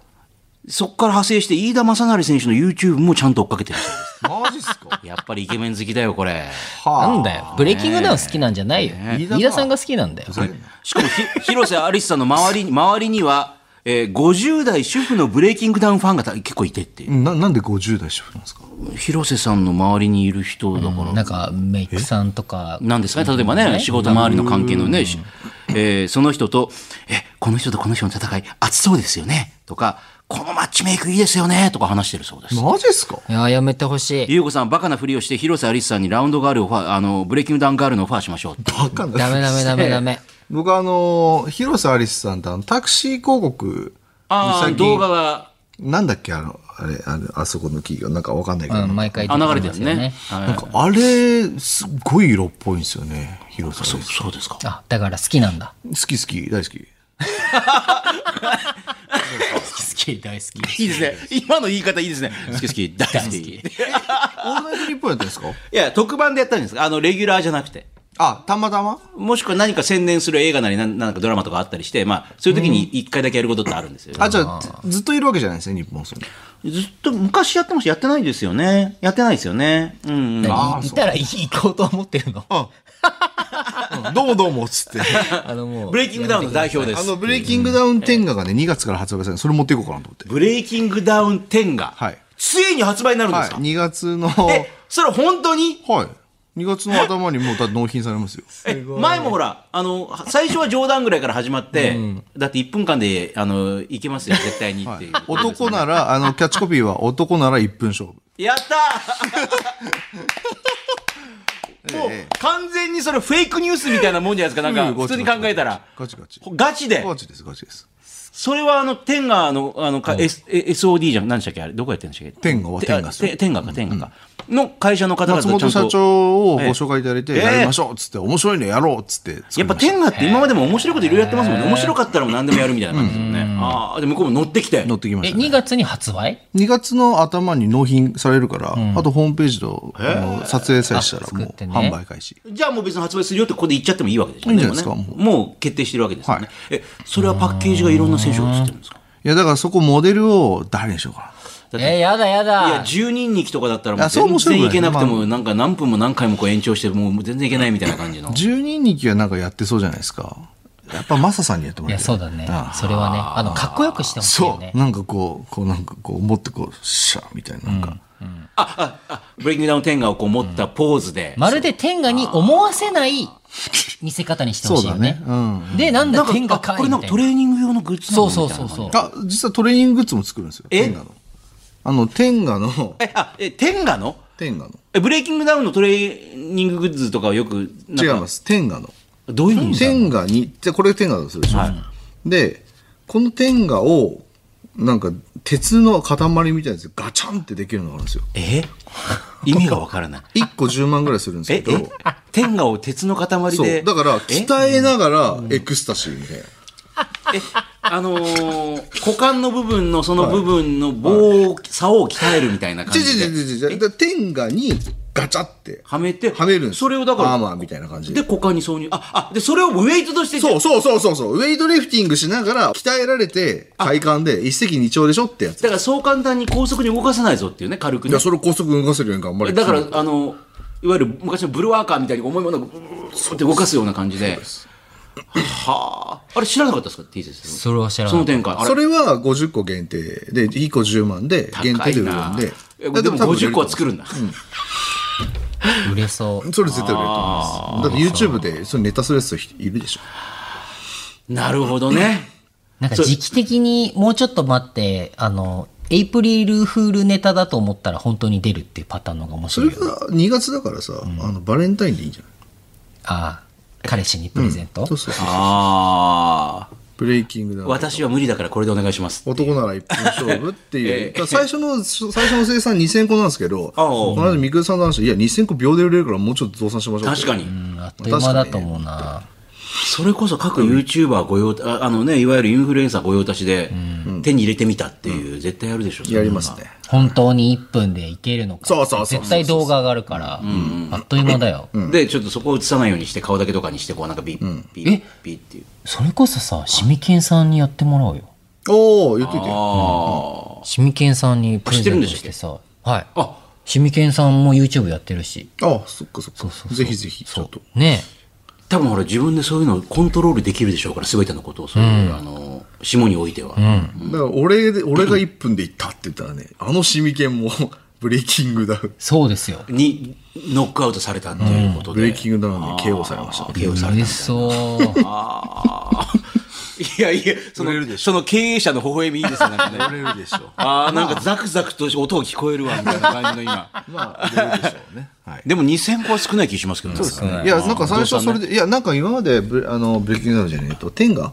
C: そこから派生して飯田正成選手の YouTube もちゃんと追っかけてるそう
B: マ
C: です
B: ジっす か
C: やっぱりイケメン好きだよこれ
B: は
D: なんだよ。ブレイキングダウン好きなんじゃないよ。
B: ね
D: 飯田さんが好きなんだよ。
C: しかもひ広瀬アリスさんの周りに周りには、えー50代主婦のブレイキングダウンファンがた結構いてっていう
B: ななんで50代主婦なんですか
C: 広瀬さんの周りにいる人だから、
D: なんか、メイクさんとか、
C: なんですかね例えばね、仕事周りの関係のね、しえーその人と、え、この人とこの人の戦い、熱そうですよねとか、このマッチメイクいいですよねとか話してるそうです。
B: マジっすか
D: いや、やめてほしい。
C: ゆうこさん、バカなふりをして、広瀬アリスさんにラウンドガールをファー、あの、ブレイキングダウンガールのオファーしましょう。
B: バカな
D: ダメダメダメ ダメ。
B: 僕はあのー広瀬アリスさんってあのタクシー広告
C: ああ、
B: 最近
C: 動画が、
B: なんだっけあのあれあれあそこの企業なんかわかんないけど、
D: うん、毎回
C: あ、
D: 出
C: 流れて
D: きま
C: る
D: すよ
C: ね。。は
B: なん
C: い
B: かあれすっごい色っぽいんですよね広瀬アリス
C: そうですか。
D: あ、だから好きなんだ。
B: 好き好き大好き
D: 好き、大好き。
C: いいですね。今の言い方いいですね。好き好き、大好き。
B: オ
C: い
B: ールナイトニッポンやったんですか
C: や、特番でやったんですかあの、レギュラーじゃなくて。
B: あたまたま
C: もしくは何か専念する映画なり、なんなんかドラマとかあったりして、まあ、そういう時に一回だけやることってあるんですよ。
B: あじゃあずずっといるわけじゃないですね日本それ
C: ずっと昔やってました。やってないですよね。やってないですよね。うんうん。
B: あー
D: 何いたらいい行こうと思ってるの。
B: うんどうもどうもっつって
D: あのもう
C: ブ。レイキングダウンの代表で
B: あ
C: す
B: の。ブレイキングダウン10がね2月から発売されるそれ持っていこうかなと思って
C: ブレイキングダウン10が、
B: はい
C: ついに発売になるんで
B: は
C: す
B: い
C: か、
B: 2月の
C: え、それ本当に
B: はい。2月の頭にもうだって納品されますよ。
C: え前もほら、あの、最初は冗談ぐらいから始まって、だって1分間で、あの、いけますよ、絶対にっていう。
B: 男なら、あの、キャッチコピーは男なら1分勝負。
C: やった ーもう完全にそれフェイクニュースみたいなもんじゃないですか、なんか普通に考えたら。
B: ガチガチ。ガチ
C: ガチで
B: ガ。チです、ガチです。
C: それはあの、天ガの、あの、か S- SOD じゃん、何でしたっけあれ、どこやってんでしたっけ
B: 天下は
C: て
B: 天下ですよ
C: て天下か、天下か。の会社の方々
B: 松
C: とちゃ
B: 本社
C: んと
B: 長をご紹介いただいて、
C: ええ
B: やりましょうっつって、面白いのやろうっつって。
C: やっぱ天下って今までも面白いこといろいろやってますもんね。面白かったらもう何でもやるみたいな感じですよね。ああ、で、向こうも乗ってきて。
B: 乗ってきま
D: え、
B: した、ね。
D: 2月に発売
B: 2月の頭に納品されるから、あとホームページと、あの撮影さえしたら
D: あ
B: もう
D: 作ってね
B: 販売開始。
C: じゃあもう別に発売するよってここで言っちゃってもいいわけでしょ
B: いいんじゃないですか
C: も
B: も
C: う
B: う
C: もう決定してるわけですよ
B: は
C: ね
B: い。
C: え、それはパッケージがいろんな選手が映ってるんですか
B: いや、だからそこモデルを誰にしようか
C: だって
D: えー、やだや
C: いや、
D: だ。
C: 10人に行きとかだったらもう
B: あそう
C: 全
B: 面白い
C: 然
B: ね
C: 行けなくても、なんか何分も何回もこう延長して、もう全然行けないみたいな感じの
B: な。。12日はなんかやってそうじゃないですか。やっぱマサさんにやっても
D: い
B: ら
D: や、
B: いた
D: そうだね。それはね、あの、かっこよくしてほしいよ
B: そ
D: ね
B: う。。なんかこう、こうなんかこう、持ってこう、シャーみたいな、なんか。
C: あ、あ、あ、ブレイキングダウンテンガをこう持ったポーズで。
D: まるで天下に思わせない見せ方にしてほしいよね
B: そう。だね
D: で、なんだ天
C: あ
D: 下かい
C: これなん
D: み
C: かト
D: たいな。
C: レーニング用のグッズな
D: そ
C: の
D: うそう
C: みたい
D: そ
C: な
D: うそう。
B: あ、実はトレーニンググッズも作るんですよ。
C: え
B: 天下の。あの、天下の、
C: え、あ、え、天ガの
B: 天下の。
C: え、ブレイキングダウンのトレーニンググッズとかをよく、
B: 違い
C: なんか
B: ま。す。天下の。
C: どういうのに
B: 天下に、じゃあこれ天下だとするでしょ。で、この天下を、なんか、鉄の塊みたいなやつでガチャンってできるのがあるんですよ。
C: え意味がわからない。
B: 1個10万ぐらいするんですけ
C: え、
B: ど、
C: え天下を鉄の塊
B: そう。
C: で。
B: だから、
C: え
B: 鍛えながらエクスタシーみたいな。
C: えあのー、股間の部分のその部分の棒を、竿を鍛えるみたいな感
B: ちょ
C: じ
B: ち
C: で。
B: ょちょちょちょだから天下にガチャって、
C: はめて、
B: はめるんですよ
C: それをだから、
B: アーマーみたいな感じで
C: で、股間に挿入。あ、あ、で、それをウェイトとして、
B: そうそうそうそうそう。ウェイトリフティングしながら鍛えられて、体幹で一石二鳥でしょってやつ。
C: だからそう簡単に高速に動かせないぞっていうね、軽く
B: い
C: ね
B: や、。それ高速動かせるように頑張れ。
C: だから、あの、いわゆる昔のブルワーカーみたいに重いものを、って動かすような感じで。はあ。あれ知らなかったですか ?T シャツ。
D: それは知ら
C: そ
D: な
C: の
D: い。
C: 展開。あれ
B: それは50個限定で、1個10万で、限
C: 高
B: 定で
C: い
B: 売る
C: なん
B: で。
C: えでも50個は作
B: る。
C: るんだ。
D: 売れそう。
B: それ絶対売れると思います。だって YouTube でそのネタするやついるでしょ。
C: なるほどね。
D: なんか時期的にもうちょっと待って、あの、エイプリルフールネタだと思ったら本当に出るっていうパターンの方が面
B: そ
D: 白
B: れ
D: いよね。
B: が2月だからさ、あの、バレンタインでいいんじゃない
D: ああ、彼氏にプレゼント、
B: そうそうそう。
C: ああ。
B: ブレイキングだ。
C: 私は無理だからこれでお願いします。
B: 男なら一分勝負ってい
C: え
B: う。
C: え
B: だから最初の、最初の生産2000個なんですけど、
C: ああ
B: この間、みくるさんの話、いや、2000個秒で売れるからもうちょっと増産しましょうって。
C: 確かに。
D: うんあっという間だと思うな。
C: それこそ各 YouTuber 御用、ああのね、いわゆるインフルエンサー御用達で、手に入れてみたっていう、絶対やるでしょ。
B: やりますね。
D: 本当に1分でいけるのか。
B: そうそうそうそう
D: 絶対動画上がるから、あっという間だよ。
C: そんなの。で、ちょっとそこを映さないようにして、顔だけとかにして、こうなんかビッ、ビッ
D: え、
C: ビッっていう。
D: それこそさ、シミケンさんにやってもらおうよ。
B: おお言っといてよ。
C: あ
D: シミケンさんにプレゼントしてさ。はい。
C: あ。あ、
D: シミケンさんも YouTube やってるし。
B: ああ、そっかそっか。ぜひぜひ、ちょっと。
D: ね
C: 多分ほら自分でそういうのをコントロールできるでしょうから、すべてのことを、そういう、あの、下においては。
B: だから俺で、俺が1分で行ったって言ったらね、あのシミケンもブレイキングダウン、
D: そうですよ。
C: に、ノックアウトされたっていうことで。
B: ブレイキングダウンに KO されました。
C: KO されたみたいな
D: 嬉しそう。
C: あーいやいや、そ
F: 売れる
C: の、
F: でし
C: その経営者の微笑みいいですね。なんかね
F: 売れるでしょう。
C: ああ、なんかザクザクと音が聞こえるわ、みたいな感じの今。
F: まあ、売れるでしょうね。はい。
C: でも2000個は少ない気しますけどね。そうです
B: いや、なんか最初それで、いや、なんか今までブレ、あの、ブレイキングダウンじゃねえと、テンガ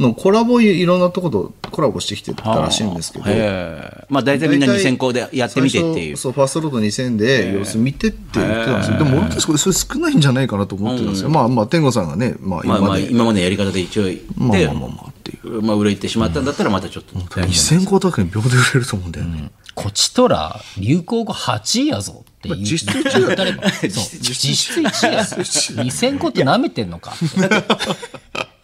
B: のコラボいろんなとことコラボしてきてたらしいんですけど、
C: ええまあ大体みんな2000個でやってみてって
B: 最
C: いう
B: 初。そう、ファーストロード2000で様子見てって言ってたんですよ。でも俺たちこれそれ少ないんじゃないかなと思ってたんですよ。まあまあ、天狗さんがね、まあ
C: ま
B: 今
C: あま
B: ま
C: あ、
B: で、
C: 今までのやり方で一応、で、
B: まあまあまあまあっていう。
C: まあ、売れてしまったんだったらまたちょっと。
B: 2000個だけで秒で売れると思うんだよね。
D: こちとら、流行語8位やぞって言う。
B: 実質
D: 言ったれば。そう 実質1位やぞ。2000個って舐めてんのか。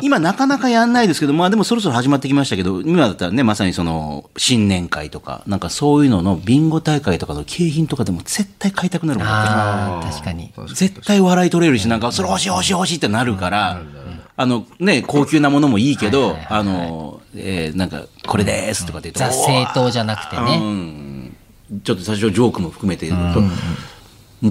C: 今なかなかやんないですけど、まあでもそろそろ始まってきましたけど、今だったらね、まさにその、新年会とか、なんかそういうののビンゴ大会とかの景品とかでも絶対買いたくなるもんだって
D: ああ、確かに。
C: 絶対笑い取れるし、なんか、それ欲しい欲しい欲しいってなるから、あの、ね、高級なものもいいけど、あの、えーなんか、これですとかって言
D: ザ
C: うと、お
D: 正当じゃなくてね。
C: ーちょっと最初ジョークも含めて言うと、も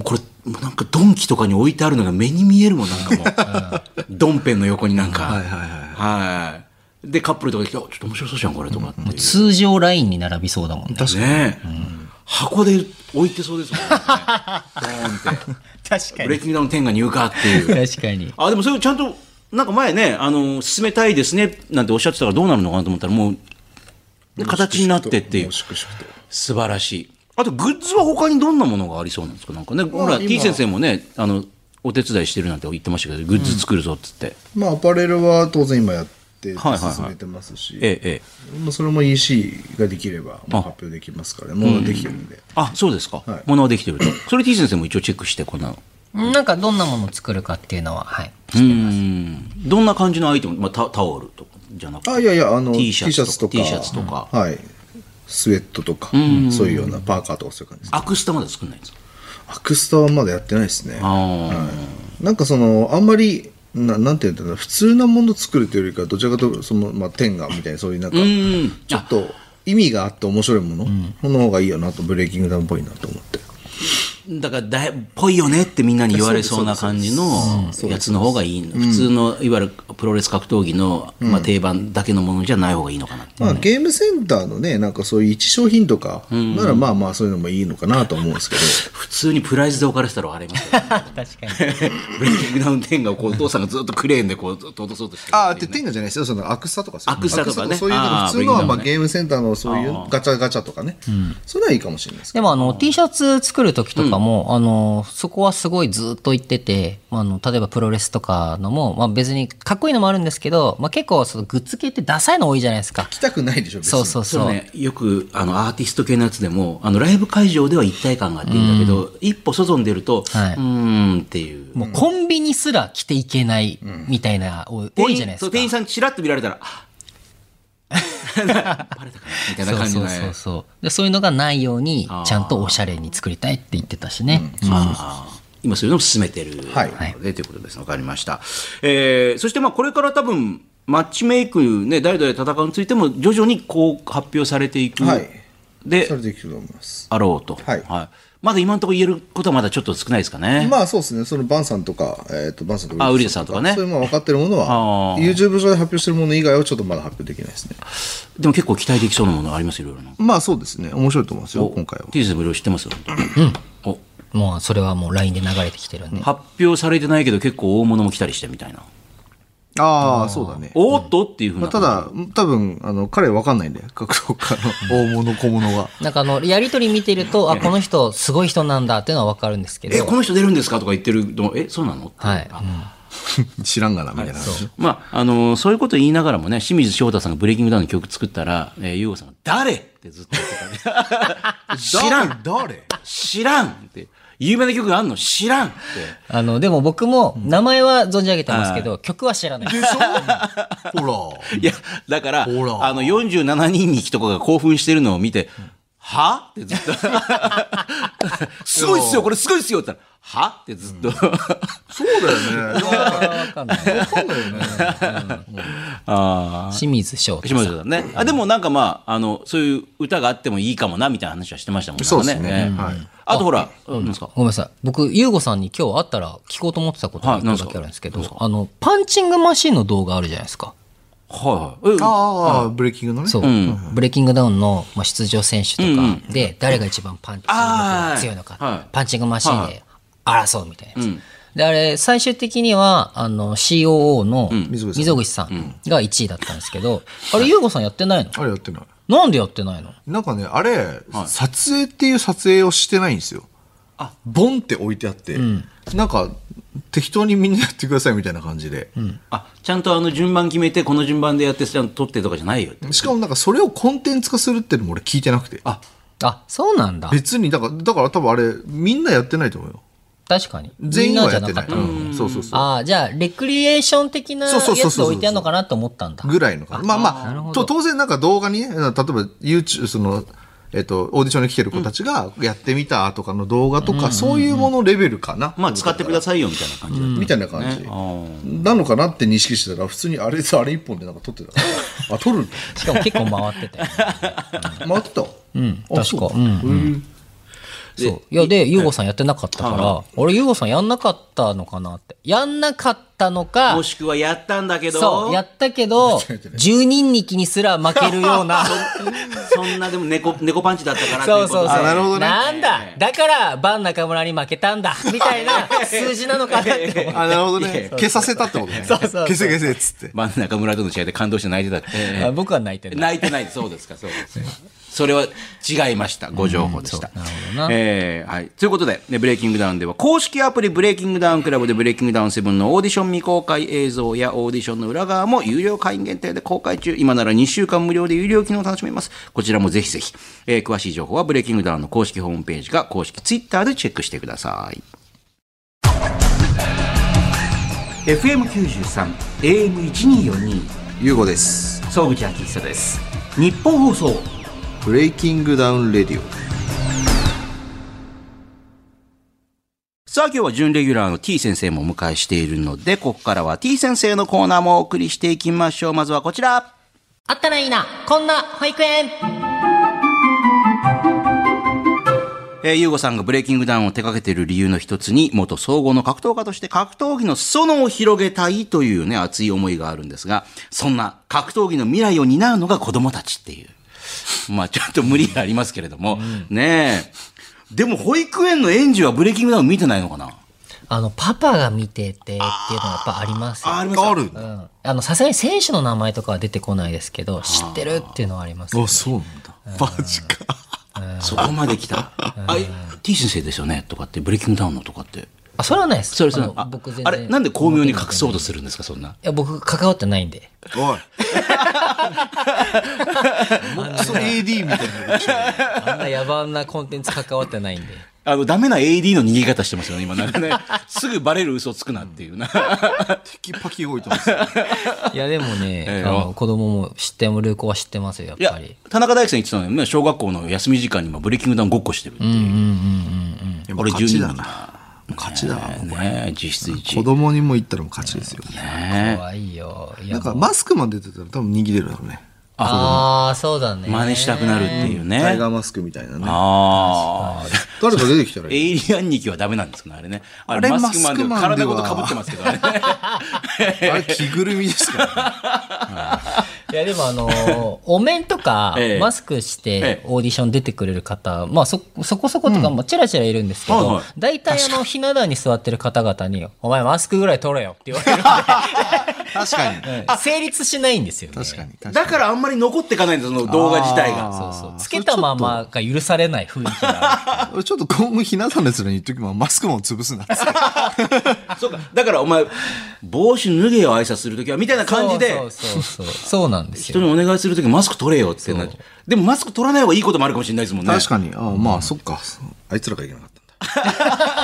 C: うこれ、もうなんかドンキとかに置いてあるのが目に見えるもん、なんかもう、ドンペンの横になんか。はいはいはい。で、カップルとかで、あちょっと面白そうじゃん、これとかっていう。
D: 通常ラインに並びそうだもんね。
C: ねえ箱で置いてそうですもんね。ドーンって。
D: 確か
C: ブレイ。キングダウン天が入荷っていう。
D: 確かに。
C: あでもそれをちゃんとなんか前ねあの進めたいですねなんておっしゃってたからどうなるのかなと思ったらもうで形になってっていう
B: 粛々と。
C: 素晴らしいあとグッズは他にどんなものがありそうなんですかなんかねほら T 先生もねあのお手伝いしてるなんて言ってましたけどグッズ作るぞっつって、
B: まあ、アパレルは当然今やって
C: はいはいはい
B: 進めてますし、
C: ええええ
B: まあそれも EC ができればもう発表できますから、もうできてるんで。
C: あそうですか、
B: はい
C: ものはできてるとそれ T 先生も一応チェックしてこんなの
D: なんかどんなものを作るかっていうのは、はい。
C: うんどんな感じのアイテム、まあ、タタオルとかじゃなくて
B: あいやいやあの
C: T シャツとか
B: T
C: T
B: シ
C: シ
B: ャ
C: ャ
B: ツ
C: ツ
B: と
C: と
B: か
C: か、
B: はい、スウェットとか、そういうようなパーカーとかそういう感じです
C: アクスタまだ作んないんですか
B: アクスタはまだやってないですね
C: あー
B: なんかそのあんまりななんていうんだろう普通なもの作るというよりかどちらかというとその、まあ、天下みたいなそういうなんか
C: うん
B: ちょっと意味があって面白いもの、この方がいいよなとブレイキングダウンっぽいなと思って
C: だからだいぽいよねってみんなに言われそうな感じのやつの方がいいの普通のいわゆるプロレス格闘技の、まあ、定番だけのものじゃない方がいいのかな
B: まあ、ゲームセンターのねなんかそういう一商品とかならまあまあそういうのもいいのかなと思うんですけど、
C: 普通にプライズで置かれてたらあれますよ
D: 確かに。
C: ブレイキングダウン10がこうお父さんがずっとクレーンでこうずっと落とそうとしてる
B: あーっ
C: っ
B: てて
C: いう
B: 天下じゃないですよそのアクスタとか
C: アクスタとかね
B: アそういうなんか
C: あー
B: 普通のは、
C: ブリ
B: ま
C: ンダ
B: あ、
C: ムね
B: ゲームセンターのそういうガチャガチャとかね、それはいいかもしれないですけ
D: でもあの T シャツ作る時とかも、あのそこはすごいずっと言ってて、まあ、あの例えばプロレスとかのも、まあ、別にかっこいいのもあるんですけど、まあ、結構そのグッズ系ってダサいの多いじゃないですか
B: ど。来たくないでしょ別に
D: そうそう
B: う
D: そう。
C: それね、よくあのアーティスト系のやつでもあのライブ会場では一体感があっていいんだけど、一歩外に出ると、
D: はいう
C: ーんっていう
D: もうコンビニすら着ていけないみたいな、お多いじゃないです
C: そう
D: か。
C: 店員さんちらっと見られたらあ バレたかなみたいな感じ
D: そ
C: の
D: う
C: ね
D: そうそうそうでそういうのがないようにちゃんとおしゃれに作りたいって言ってたしね、
C: ああ今そういうのを進めてる
B: はい
C: のでということです。わかりました。えーそしてまあこれから多分マッチメイクね誰々戦うについても徐々にこう発表されていく、
B: はい
C: で
B: それでいくと思います
C: あろうと、
B: はい
C: まだ今のところ言えることはまだちょっと少ないですかね。
B: まあそうですねそのバンさんとか、えー、とバンさんとか
C: あウリアさんとかね
B: そういうまあ分かってるものは
C: あー
B: YouTube 上で発表してるもの以外はちょっとまだ発表できないですね
C: でも結構期待できそうなものがありますよいろいろな。
B: まあそうですね面白いと思いますよ今回は
C: T ズム知ってます。お
D: もうそれはもう LINE で流れてきてるんで、
C: 発表されてないけど結構大物も来たりしてみたいな。
B: ああそうだね
C: おーっとっていうふう
B: まあ、
C: な。
B: ただ多分あの彼分かんないんで格闘家の 大物小物が
D: なんかあのやり取り見てるとあこの人すごい人なんだっていうのは分かるんですけ
C: え
D: ど
C: この人出るんですかとか言ってるのえそうなのって
D: はい、
B: 知らんがなみたいな話、
C: まあ、あのそういうこと言いながらもね、清水翔太さんがブレイキングダウンの曲作ったら、えー、ゆうごさんが、誰ってずっと言ってたね。 知らん
B: 誰
C: 知らんって。有名な曲があんの知らんって。
D: あのでも僕も名前は存じ上げてますけど、曲は知らないです
F: ほら。
C: いや、だから、あ
F: ほら
C: の、47人にとかが興奮してるのを見て、はってずっと。 すごいっすよ、これすごいっすよって言ったら、はってずっと。
F: そうだよね。
D: わかんない
C: あ
D: 清水翔
C: ー
D: 太
C: 清水翔太ね。あ、でもなんかまあ、あの、そういう歌があってもいいかもな、みたいな話はしてましたもんね。
B: そうですね
C: なんか
B: はい
C: あとほら、うん、ですか
D: ごめんなさい僕優吾さんに今日会ったら聞こうと思ってたことが
C: はい
D: 一個だけあるんですけど、あのパンチングマシーンの動画あるじゃないですか
C: はいはいえ。
B: ああ、ブレーキングのね。
D: そう、ブレイキングダウンの、まあ、出場選手とかで、誰が一番パンチ力が強いの
C: あーはい
D: か、パンチングマシーンで争うみたいなや
C: うん
D: つ。で、あれ、最終的には、あの、COO の
B: 溝口さん
D: 溝口さんが1位だったんですけど、あれ、優吾さんやってないの
B: あれやってない。
D: なんでやってないの
B: なんかね、あれ、撮影っていう撮影をしてないんですよ。あ、ボンって置いてあって、なんか、適当にみんなやってくださいみたいな感じで。
C: あちゃんとあの順番決めてこの順番でやってちゃんと撮ってとかじゃないよって
B: しかもなんかそれをコンテンツ化するっていうのも俺聞いてなくて。
C: あ
D: あ、そうなんだ。
B: 別に、だから、だから多分あれ、みんなやってないと思うよ。
D: 確かに。
B: 全員
D: みん
B: は
D: な
B: や
D: じゃ
B: って
D: な
B: な
D: か
B: い。
D: った。
B: うんそうそうそう。
D: ああ、じゃあ、レクリエーション的なや
B: そう
D: つ
B: そうそうそうそう
D: 置いてあるのかなと思ったんだ。
B: ぐらいのかな。まあ
D: あーなる
B: ま
D: ほ
B: あ、
D: ど
B: と当然なんか動画にね、例えば YouTube、その、えっと、オーディションに来てる子たちがやってみたとかの動画とか、そういうものレベルかな。
C: まあ使ってくださいよみたいな感じだった
E: みたいな感じ、
C: ねあー
E: なのかなって認識してたら普通にあれさあれ一本でなんか 撮ってたからあ撮るんだ
D: しかも結構 回ってたよね。
E: 回ってた
D: うん、
E: あ
D: 確
E: そう
D: か。うん。そういやで、ユーゴさんやってなかったから、俺、ユーゴさんやんなかったのかなって。やんなかったのか
C: も、しくはやったんだけど
D: そう、やった けど、10人力にすら負けるような。
C: そんなでも猫猫パンチだったからってい
D: そ
C: こ
D: う
C: と
D: そうそう。
C: で
B: なるほどね
D: なんだ、だから、バン中村に負けたんだ、みたいな数字なのかなって 思う。
B: あ、なるほどね。消させたってことね。
D: そうそうそう
B: 消せ消せっつって。
C: 真ん中村との試合で感動して泣いてたって、
D: あ僕は泣いてない。
C: 泣いてないそうですかそうですそれは違いましたご情報でした、
D: うんそうなるほどな
C: えーはい、ということで、ね「ブレイキングダウン」では公式アプリ「ブレイキングダウンクラブ」で「ブレイキングダウン7」のオーディション未公開映像やオーディションの裏側も有料会員限定で公開中今なら2週間無料で有料機能を楽しめますこちらもぜひぜひ、えー詳しい情報はブレイキングダウンの公式ホームページか公式ツイッターでチェックしてください
A: FM93 AM1242
E: ゆうごです
A: 総口昭久です日本放送
E: ブレイキングダウンレディオ
C: さあ今日は準レギュラーの T 先生もお迎えしているのでここからは T 先生のコーナーもお送りしていきましょうまずはこちら
D: あったらいいな、こんな保育園。
C: えー、ゆうごさんがブレイキングダウンを手掛けている理由の一つに、元総合の格闘家として格闘技の裾野を広げたいというね、熱い思いがあるんですが、そんな格闘技の未来を担うのが子供たちっていう。 まあ、ちょっと無理がありますけれども、ねえ。でも、保育園の園児はブレイキングダウン見てないのかな
D: あの、パパが見ててっていうのがやっぱありますよね
C: あります
B: ある
D: うんあの、さすがに選手の名前とかは出てこないですけど、知ってるっていうのはあります、ね
B: あ、。そうなんだ。マジか。
C: そこまで来た。あ、え T 先生ですよねとかって、ブレイキングダウンのとかって。
D: あ、それはないです。
C: それそれ
D: あの、
C: あ
D: 僕全然。
C: あれ、なんで巧妙に隠そう
D: い
C: とするんですか、そんな。
D: や、僕、関わってない んで。
B: おい。もうクソ AD みたいな。
D: あんな野蛮なコンテンツ関わってないんで。
C: あの、ダメな AD の逃げ方してますよね、今。なんかね、 すぐバレる嘘つくなっていうな。
B: キパキ動いてますよ。
D: いや、でもね、
C: ええ
D: あの子供も知っても、ルーコは知ってますよ、
C: い
D: やっ
C: や
D: ぱり。、
C: 田中大輝さん言ってたのよね、小学校の休み時間に今ブレイキングダウンごっこしてるっていう。
B: でも
C: 俺
B: 勝ちだ
C: 12
B: な。もう勝ちだわ。
C: ねえ実質1
B: 子供にも言ったらもう勝ちですよ。
C: ね
D: 怖いよ。いや
B: なんかマスクマン出てたら多分人気出るだろうね。
D: ああ、そうだね。
C: え真似したくなるっていう
E: タイ
C: ね。
E: ガーマスクみたいなね
C: ああ。
E: 誰か出てきたらいい
C: エイリアンニキはダメなんですかね、あれね。あ
B: あれ
C: も
B: マスクマンで
C: 体ご
B: は
C: とかぶってますけどね。あれ
B: あれ着ぐるみですからね。
D: いや、でもあのーお面とか
C: ええ、
D: マスクし
C: ええ
D: てオーディション出てくれる方、まあそ、そこそことか、まあ、ちらちらいるんですけ
C: はいは
D: ど
C: い、
D: 大体あの、ひな壇に座ってる方々に、お前マスクぐらい取れよって言われるんで
B: 確かに。
D: 成立しないんですよね。
B: 確かに。確かに
C: だからあんまり残っていかないんです、その動画自体が。
D: そうそう。つけたままが許されない雰囲気があ
B: 俺ちょっと今後ひな壇のやつらに言っときもマスクマンを潰すなっつって。
C: そうか。だからお前、帽子脱げよ、挨拶するときは、みたいな
D: る。
C: 感じで。
D: そうそうそうそう。そうなんです
C: 人
D: よ。
C: にお願いするときマスク取れよってなっちゃうでもマスク取らない方がいいこともあるかもしれないですもんね。
B: 確かに。ああ、まあそっか。あいつらがいけなかったんだ。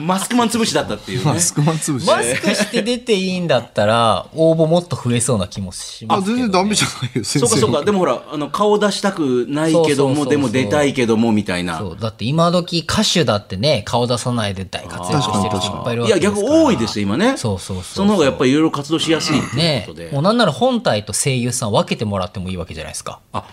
C: マスクマン潰しだったっていうね
B: マ。スクマン潰し。
D: マスクして出ていいんだったら、応募もっと増えそうな気もしま
B: あ、
D: すけ
B: 全
D: ど、ね。
B: 然ダメじゃないよ、先
C: そうか
B: 生。
C: そうか。でもほら、あの、顔出したくないけども、
D: そうそうそうそう
C: でも出たいけども、みたいな。
D: そう。だって今時歌手だってね、顔出さないで大活躍してる人いっぱいいるわ
C: い
D: け
C: や、
D: ですから。
C: 逆多いですよ、今ね。
D: そうそうそう
C: その方がやっぱりいろいろ活動しやすいっていう
D: ね
C: ことで。
D: もうなんなら本体と声優さん分けてもらってもいいわけじゃないですか。
C: あ、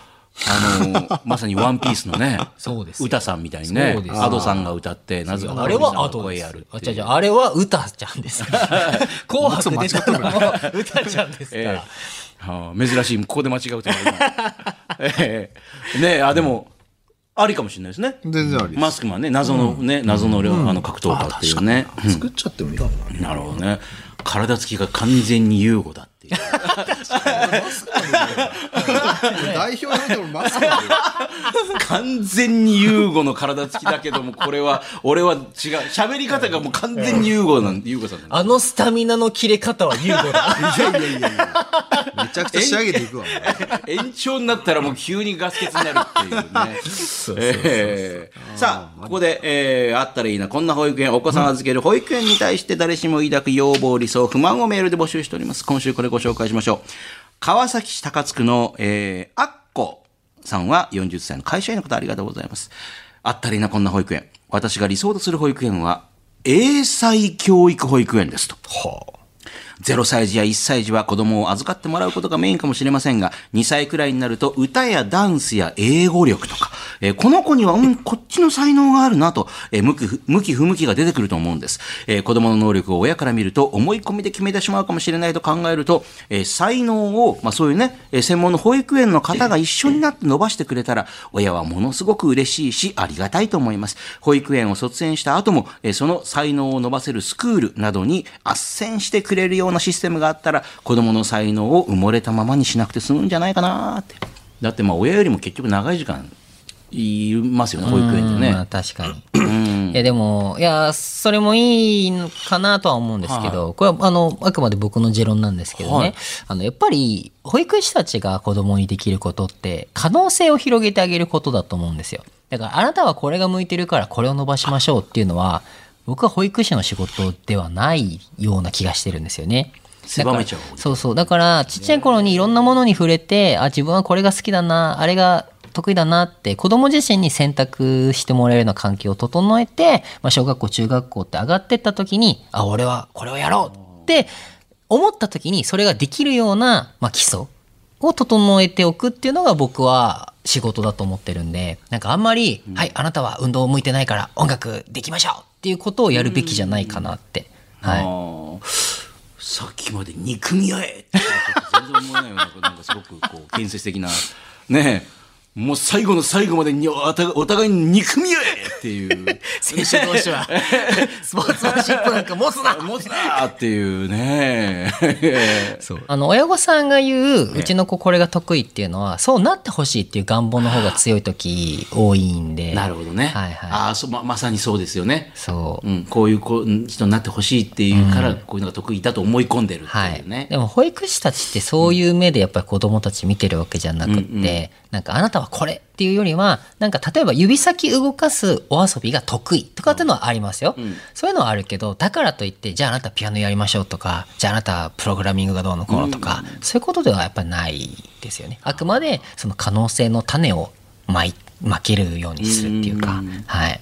C: あの ーまさにワンピースのね、
D: そうですよ
C: 歌さんみたいにね
D: そうで、すよ
C: アドさんが歌って、なぜか
D: あれは
C: アド
D: 後
C: 声
D: で
C: や
D: す
C: るっていう。
D: あ、違う違う、あ れは歌ちゃんですから。紅白出てたのも歌ちゃんですか
C: ええ
D: ら。
C: あー珍しいここで間違うと は今ええねえあでも、ありかもしれないですね
B: 全然あり
C: マスクマンね謎のね、謎の、あの格闘家っていうね、
E: 作っちゃってもいいかもな。
C: なるほどね体つきが完全に優吾だっていう
E: 代表なんて俺マスク
C: 完全に優吾の体つきだけどもこれは俺は違う喋り方がもう完全に優吾なん優吾さんなんだ
D: あのスタミナの切れ方は優吾だ。
B: めちゃくちゃ仕上げていくわ
C: 延長になったらもう急にガス欠になるっていうねえー。さあ、ここで、えーあったらいいな、こんな保育園、お子さん預ける保育園に対して誰しも抱く要望、理想、不満をメールで募集しております。今週これご紹介しましょう。川崎市高津区の、えー、アッコさんは40歳の会社員の方ありがとうございます。あったらいいな、こんな保育園。私が理想とする保育園は、英才教育保育園ですと。0歳児や1歳児は子供を預かってもらうことがメインかもしれませんが、2歳くらいになると歌やダンスや英語力とか、えーこの子には、うん、こっちの才能があるなと、えー向き不、向き不向きが出てくると思うんです。えー子供の能力を親から見ると、思い込みで決めてしまうかもしれないと考えると、えー才能を、まあそういうね、えー専門の保育園の方が一緒になって伸ばしてくれたら、親はものすごく嬉しいし、ありがたいと思います。保育園を卒園した後も、えーその才能を伸ばせるスクールなどに斡旋してくれるようなシステムがあったら、子供の才能を埋もれたままにしなくて済むんじゃないかなって。だってまあ親よりも結局長い時間いますよね、保育園で
D: うんまあ
C: ね。
D: 確かに。いやでも、いや、それもいいかなとは思うんですけど、これはあの、あくまで僕の持論なんですけどね、
C: はい
D: あの、やっぱり、保育士たちが子供にできることって、可能性を広げてあげることだと思うんですよ。だから、あなたはこれが向いてるからこれを伸ばしましょうっていうのは、僕は保育士の仕事ではないような気がしてるんですよね。
C: 狭めちゃう
D: だからそうそうだからちっちゃい頃にいろんなものに触れてあ自分はこれが好きだなあれが得意だなって子供自身に選択してもらえるような環境を整えて、まあ、小学校中学校って上がってった時にあ俺はこれをやろうって思った時にそれができるような、まあ、基礎を整えておくっていうのが僕は仕事だと思ってるんでなんかあんまり、はいあなたは運動向いてないから音楽できましょうっていうことをやるべきじゃないかなって。はい
C: あーさっきまで憎み合えって全然思わないような、なんかすごくこう建設的な、ねえ、もう最後の最後までにお互いお互いに憎み合えっていう。
D: 選手同士は スポーツマンシップなんか持つな
C: 持つなーっていうね。そう。
D: あの親御さんが言ううちの子これが得意っていうのはそうなってほしいっていう願望の方が強い時多いんで
C: なるほどね。
D: はいはい
C: ああ、そうま、まさにそうですよね。
D: そう、
C: うん、こういう子人になってほしいっていうから、こういうのが得意だと思い込んでるって
D: はい
C: いうね。
D: でも保育士たちってそういう目でやっぱり子供たち見てるわけじゃなくって、なんかあなたはこれっていうよりはなんか例えば指先動かすお遊びが得意とかっていうのはありますよ、そういうのはあるけどだからといってじゃああなたピアノやりましょうとかじゃああなたプログラミングがどうのこうのとか、そういうことではやっぱりないですよねあくまでその可能性の種をまいまけるようにするっていうか、はい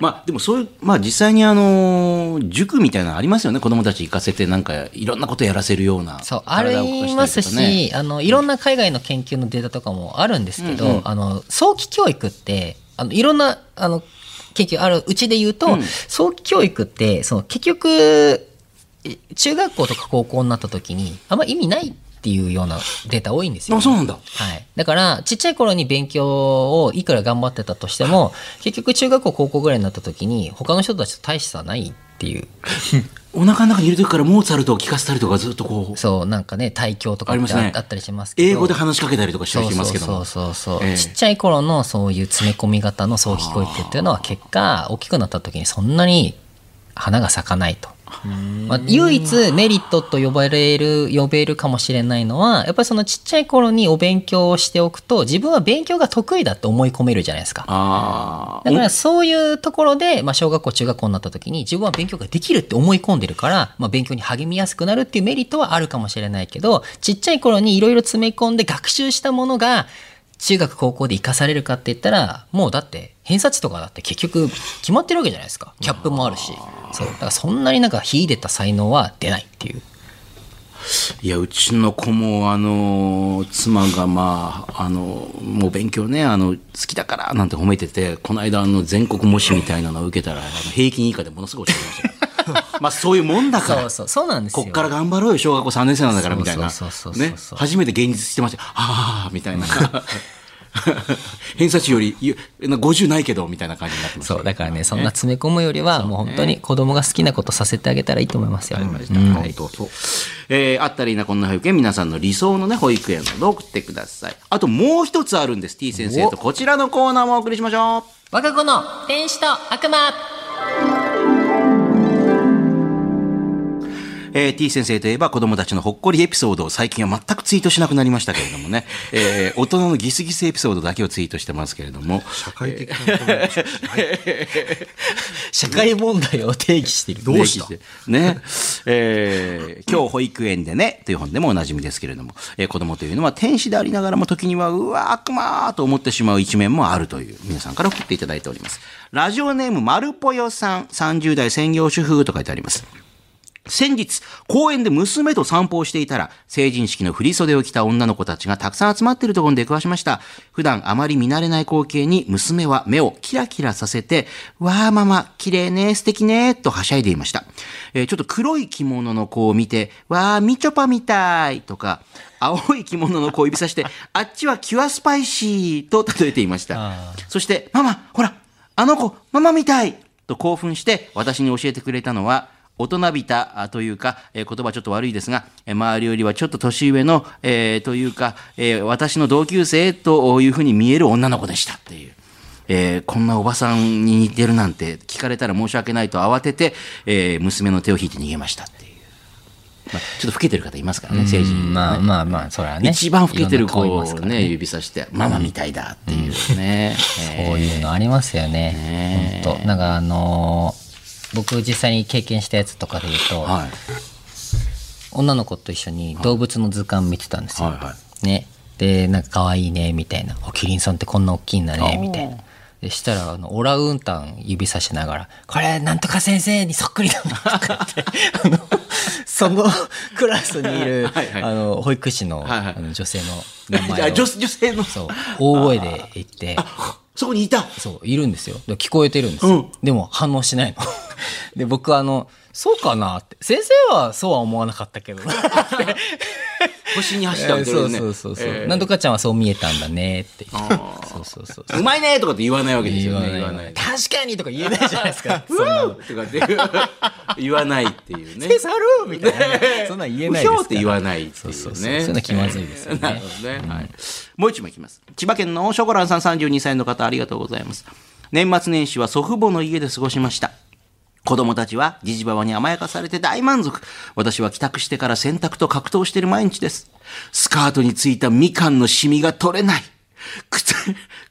C: まあ、でもそういう、まあ実際にあのー塾みたいなのありますよね。子供たち行かせて、なんかいろんなことやらせるような。
D: そうあ
C: 体を動か
D: り
C: た
D: ま
C: りとか
D: すし、
C: ね。
D: あのいろんな海外の研究のデータとかもあるんですけど、あの早期教育ってあのいろんなあの研究あるうちで言うと、早期教育ってその結局え中学校とか高校になった時にあんま意味ないっていうようなデータ多いんですよ、
C: あ、そうなんだ。
D: はい、だからちっちゃい頃に勉強をいくら頑張ってたとしても結局中学校高校ぐらいになった時に他の人たちと大差はないっていう
C: お腹の中にいる時からモーツァルトを聴かせたりとか、ずっとこう、
D: そうなんかね対教とか
C: ありま
D: って
C: すね
D: ああったりしますけど
C: 英語で話しかけたりとかしたりしてますけども。
D: そうそうそうそう、
C: ええ
D: ちっちゃい頃のそういう詰め込み型の早期教育っていうのは結果大きくなった時にそんなに花が咲かないと。まあ、唯一メリットと呼ばれる呼べるかもしれないのはやっぱりそのちっちゃい頃にお勉強をしておくと自分は勉強が得意だって思い込めるじゃないですか。
C: ああ。
D: だからそういうところで、まあ、小学校中学校になった時に自分は勉強ができるって思い込んでるから、まあ、勉強に励みやすくなるっていうメリットはあるかもしれないけどちっちゃい頃にいろいろ詰め込んで学習したものが中学高校で生かされるかって言ったらもうだって偏差値とかだって結局決まってるわけじゃないですかキャップもあるしそうだからそんなになんか秀でた才能は出ないっていう。
C: いや、うちの子も、あの、妻が、まあ、あの、もう勉強ね、あの、好きだから、なんて褒めてて、この間、あの、全国模試みたいなのを受けたら、あの平均以下でものすごい落ちてましたよ。 まあそういうもんだか
D: そ
C: ら
D: う。 そう、そうなんです
C: こ
D: よ。
C: っから頑張ろうよ、小学校3年生なんだから、みたいな。
D: そうそうそうそう
C: ね。初めて現実してました。ああ、みた いな。偏差値よりゆ50ないけど、みたいな感じになってました。
D: そう、だからね、そんな詰め込むよりは、もう本当に子供が好きなことさせてあげたらいいと思いますよ。うん
B: 本当そう
C: えーあったらいいな、こんな保育園。皆さんの理想のね、保育園など送ってください。あともう一つあるんです。t 先生とこちらのコーナーもお送りしましょう。
D: 我が子の天使と悪魔
C: えー T 先生といえば子供たちのほっこりエピソードを最近は全くツイートしなくなりましたけれどもね、えー大人のギスギスエピソードだけをツイートしてますけれども、
B: 社会的なことも
D: 社会問題を定義している。
B: どうした
C: ぜひね。 えー今日保育園でね、という本でもおなじみですけれども、えー子供というのは天使でありながらも時には、うわ、悪魔と思ってしまう一面もあるという、皆さんから送っていただいております。ラジオネーム、まるぽよさん、30代専業主婦と書いてあります。先日、公園で娘と散歩をしていたら、成人式の振り袖を着た女の子たちがたくさん集まっているところに出くわしました。普段あまり見慣れない光景に娘は目をキラキラさせて、わあママ、綺麗ね、素敵ね、とはしゃいでいました。えーちょっと黒い着物の子を見て、わあ、みちょぱみたい、とか、青い着物の子を指さして、あっちはキュアスパイシー、と例えていました。そして、ママ、ほら、あの子、ママみたいと興奮して私に教えてくれたのは、大人びたというか、えー言葉ちょっと悪いですが、えー周りよりはちょっと年上の、えーというか、えー私の同級生というふうに見える女の子でしたっていう。えーこんなおばさんに似てるなんて聞かれたら申し訳ないと慌てて、えー娘の手を引いて逃げましたっていう。まあ、ちょっと老けてる方いますからね、成人、ね。
D: まあまあまあ、それはね。
C: 一番老けてる子
D: いろんな顔い
C: を
D: ますから
C: ね、指さして、ママみたいだっていうね。え ー
D: こういうのありますよね。本当なんかあのー僕実際に経験したやつとかで言うと、
C: はい。
D: 女の子と一緒に動物の図鑑見てたんですよ。
C: はいは
D: ね。で、なんか可愛いね、みたいな。おキリンさんってこんな大きいんだね、みたいな。でしたら、あの、オラウンタン指さしながら、これ、なんとか先生にそっくりだな、と かって、あの、そのクラスにいる、
C: はいはい
D: あの、保育士の、
C: はいはい
D: あの女性の名前
C: あ
D: を、
C: 女女性の
D: そう、大声で言って、
C: そこにいた
D: そう、いるんですよ。で聞こえてるんですよ。でも反応しないの。 で、僕はあの、そうかなって。先生はそうは思わなかっ たけどな。
C: 星に走ったみ
D: そう
C: たいな
D: そう
C: ね
D: そうそう。なんとかちゃんはそう見えたんだねって。そうそうそう。
C: うまいねとかって言わないわけですよね言わない
D: 確かにとか言えないじゃないです か。そんなの。
C: とかって言わないっていう ね
D: ペースあるみたいな。そんなん言えないですか
C: うひょ
D: ら。
C: うって言わないっていうね
D: そうそうそう。そういうの気まずいですよ
C: なる
D: ね。
C: ほどね、はい、もう一枚いきます千葉県のショコランさん32歳の方ありがとうございます年末年始は祖父母の家で過ごしました子供たちはじじばばに甘やかされて大満足。私は帰宅してから洗濯と格闘している毎日です。スカートについたみかんのシミが取れない。靴、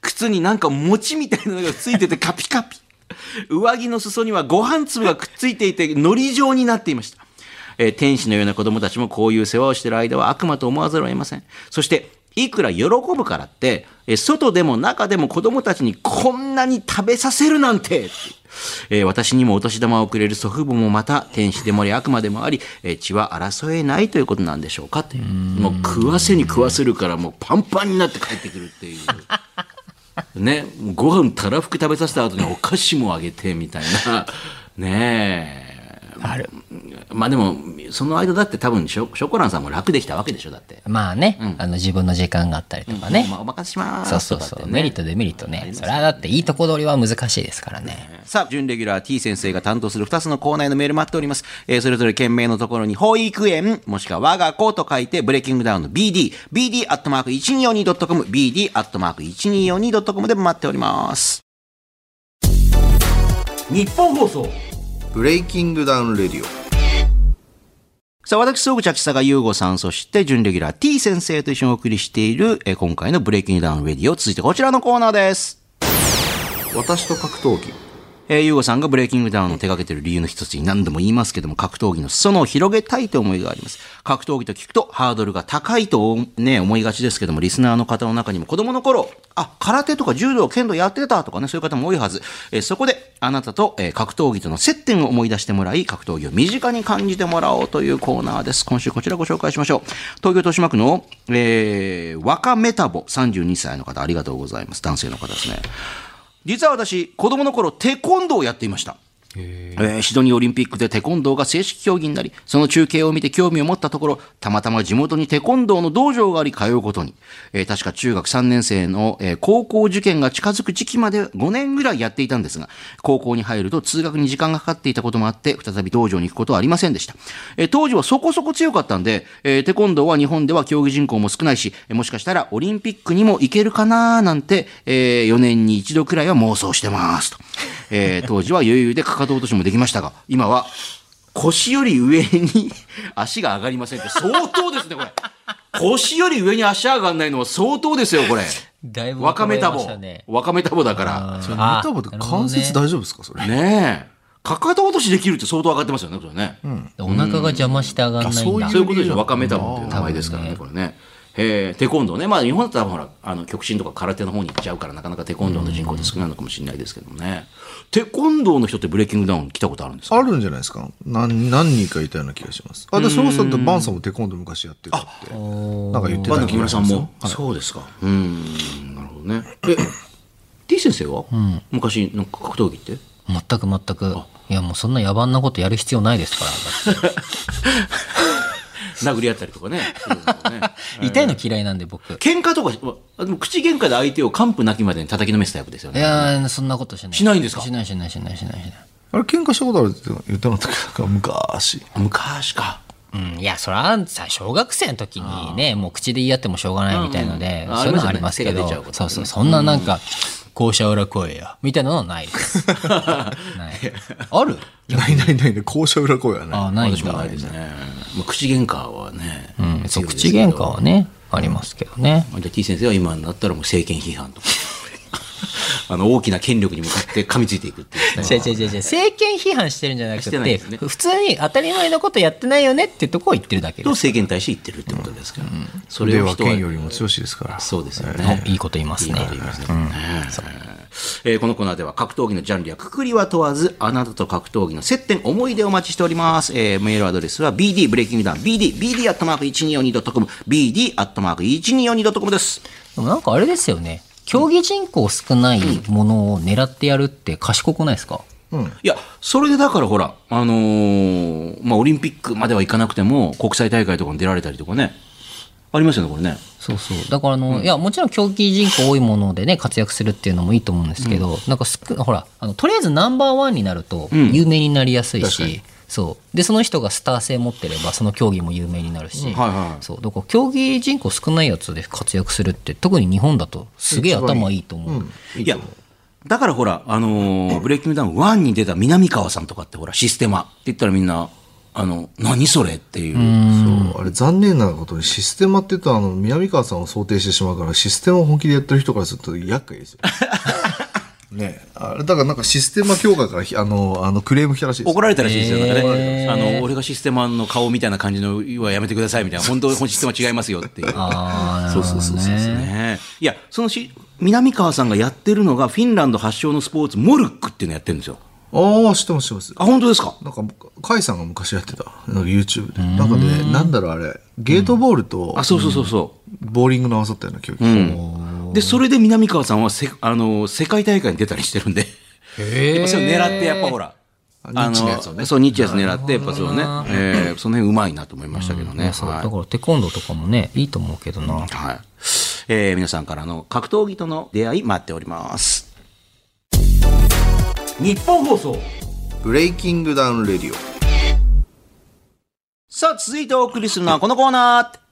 C: 靴になんか餅みたいなのがついててカピカピ。上着の裾にはご飯粒がくっついていて糊状になっていました。えー天使のような子供たちもこういう世話をしている間は悪魔と思わざるを得ません。そして、いくら喜ぶからって、えー外でも中でも子供たちにこんなに食べさせるなんてってえー私にもお年玉をくれる祖父母もまた天使でもあり悪魔でもあり、えー血は争えないということなんでしょうかっていうもう食わせに食わせるからもうパンパンになって帰ってくるっていう。 ね、ご飯たらふく食べさせた後にお菓子もあげてみたいなねえあれまあでもその間だって多分ショショコランさんも楽できたわけでしょだって、
D: まあね、あの自分の時間があったりとかね。
C: まあ、お任せします
D: そうそうそ
C: とかっ
D: う。
C: てね
D: メリットデメリットね。それはだっていいとこ取りは難しいですからね。
C: さあ、準レギュラー T 先生が担当する2つのコーナーへのメール待っております。えーそれぞれ件名のところに、保育園、もしくは我が子と書いて、ブレイキングダウンの BD、BD アットマーク 1242.com、BD アットマーク 1242.com で待っております。
A: 日本放送
E: ブレイキングダウンレディオ
C: さあ、私、総口秋坂優吾さん、そして、準レギュラー T 先生と一緒にお送りしている、えー今回のブレイキングダウンレディオ、続いてこちらのコーナーです。
E: 私と格闘技
C: えー、ゆうごさんがブレイキングダウンを手掛けている理由の一つに何度も言いますけども、格闘技の裾野を広げたいという思いがあります。格闘技と聞くとハードルが高いと、ね、思いがちですけども、リスナーの方の中にも子供の頃、あ、空手とか柔道、剣道やってたとかね、そういう方も多いはず。えーそこで、あなたと、えー格闘技との接点を思い出してもらい、格闘技を身近に感じてもらおうというコーナーです。今週こちらご紹介しましょう。東京豊島区の、えー、若メタボ32歳の方、ありがとうございます。男性の方ですね。実は私、子供の頃、テコンドーをやっていました。えーシドニーオリンピックでテコンドーが正式競技になり、その中継を見て興味を持ったところ、たまたま地元にテコンドーの道場があり通うことに、えー確か中学3年生の、えー高校受験が近づく時期まで5年ぐらいやっていたんですが、高校に入ると通学に時間がかかっていたこともあって、再び道場に行くことはありませんでした。えー当時はそこそこ強かったんで、えーテコンドーは日本では競技人口も少ないし、えーもしかしたらオリンピックにも行けるかなーなんて、え4年に一度くらいは妄想してますと。えー当時は余裕でかかと落としもできましたが、今は腰より上に 足が上がりませんって相当ですね、これ。腰より上に足上がんないのは相当ですよ、これ。
D: だいぶ
C: わかめタボ
D: わかめましたね。
C: わかめタボだから。
D: ー
B: メタボで関節
D: なる
B: 大丈夫ですかそれ。
C: ねえ。かかと落としできるって相当上がってますよね、これね。
D: ほどねお腹が邪魔して上がんないんだ。
C: そういうことでしょ、わかめタボっていう名前ですからね、これね。えーテコンドーね、まあ、日本だったらほらあの極真とか空手の方に行っちゃうからなかなかテコンドーの人口って少ないのかもしれないですけどもね、テコンドーの人ってブレイキングダウン来たことあるんですか
E: あるんじゃないですか何何人かいたような気がします。あ、で、そろそろとバンさんもテコンドー昔やってたって、なんか言って
C: バン
E: た
C: ド
E: 気
C: 木村
E: がし
C: さ
E: ま
C: ん
E: す
C: も
E: よ。、
C: そうですかうーんなるほどねえ T 先生は、昔なんか格闘技って
D: 全く全く。いやもうそんな野蛮なことやる必要ないですから。
C: 殴り合ったりとかねそういうのね
D: 痛いの嫌いなんで僕。い
C: 喧嘩とかあでも口喧嘩で相手を完膚なきまでに叩きのめすタイプですよね
D: やーそんなことしない。
C: しないんですか
D: しないしないしないしないしない。
E: あれ、喧嘩したことあるって言ってなかったっけなんか昔。
C: 昔か
D: うん、いやそらさ小学生の時にねもう口で言い合ってもしょうがないみたいので、
C: うんうん
D: そういうのはありますけ
C: あり
D: ど
C: ますよね手が出ちゃうことね
D: そうそうそんななんか「校舎裏来いよ」みたいなのはないで すないある
E: ないないないね、校舎裏声やね。
D: あないん
C: 私も
D: だ
C: ないですね、まあ、口喧嘩はね、
D: うん、そ
C: 強
D: う
C: いです
D: 口
C: けど
D: 喧嘩はねありますけどね
C: じゃあ T 先生は今になったらもう政権批判とか あの大きな権力に向かって噛みついていく っていうスタイル
D: 違う違う違う違う政権批判してるんじゃなく
C: しててないですね
D: 普通に当たり前のことやってないよねってとこを言ってるだけ
C: と
D: です、
C: 政権に対して言ってるってことですから、そ
E: で
C: れを
E: は
C: 人は
E: 剣よりも強しですから。
C: そうですよね、
D: おいいこと言いますね
C: いいこと言いますねえーこのコーナーでは格闘技のジャンルやくくりは問わずあなたと格闘技の接点思い出をお待ちしております、えーメールアドレスは BD ブレイキングダウン BD BD アットマーク 1242.com BD アットマーク 1242.com です
D: でもなんかあれですよね競技人口少ないものを狙ってやるって賢くないですか、
C: いや、それでだからほら、あのーまあ、オリンピックまではいかなくても、国際大会とかに出られたりとかね、ありますよね、これね。
D: そうそうだからあの、いやもちろん競技人口多いものでね活躍するっていうのもいいと思うんですけど、なんかすくほらあのとりあえずナンバーワンになると有名になりやすいし、そうでその人がスター性持ってればその競技も有名になるし、
C: はいは
D: そうだから競技人口少ないやつで活躍するって特に日本だとすげえ頭いいと思う、
C: いや、だからほら、あのーブレイキングダウン1に出た南川さんとかってほら、システマって言ったらみんな、あの、何それっていう。
E: そうあれ残念なことにシステマって言うとあの南川さんを想定してしまうからシステマを本気でやってる人からすると厄 介ですよねえあれだからなんかシステマ強化からひあのあのクレーム来たらしいです
C: 怒られたらしいですよ、なんかね
D: へー
C: あの俺がシステマの顔みたいな感じのはやめてくださいみたいな本当に本システマ違いますよっていう
D: ああ
C: そうそうそうそうですね。いや、そのし、南川さんがやってるのが、フィンランド発祥のスポーツ、モルックっていうのやってるんですよ。
E: ああ知ってます知ってます
C: あ、本当ですか
E: なんか甲斐さんが昔やってたなんか YouTube でなんかねなんだろうあれゲートボールと
C: あ、そうそうそうそ
E: ボーリングの合わさったような競技、
C: う。うん。で、それで南川さんはせ、あの、世界大会に出たりしてるんで、やっぱそれを狙って、やっぱほら、あ
E: ニッチなやつを
C: の、そう、ニッチなやつ狙って、やっぱそうね、えーその辺うまいなと思いましたけどね。
D: そう
C: はい
D: だからテコンドーとかもねいいと思うけどな、
C: はい。えー皆さんからの格闘技との出会い待っております。
A: 日本放送
E: ブレイキングダウンレディオ
C: さあ、続いてお送りするのはこのコーナー。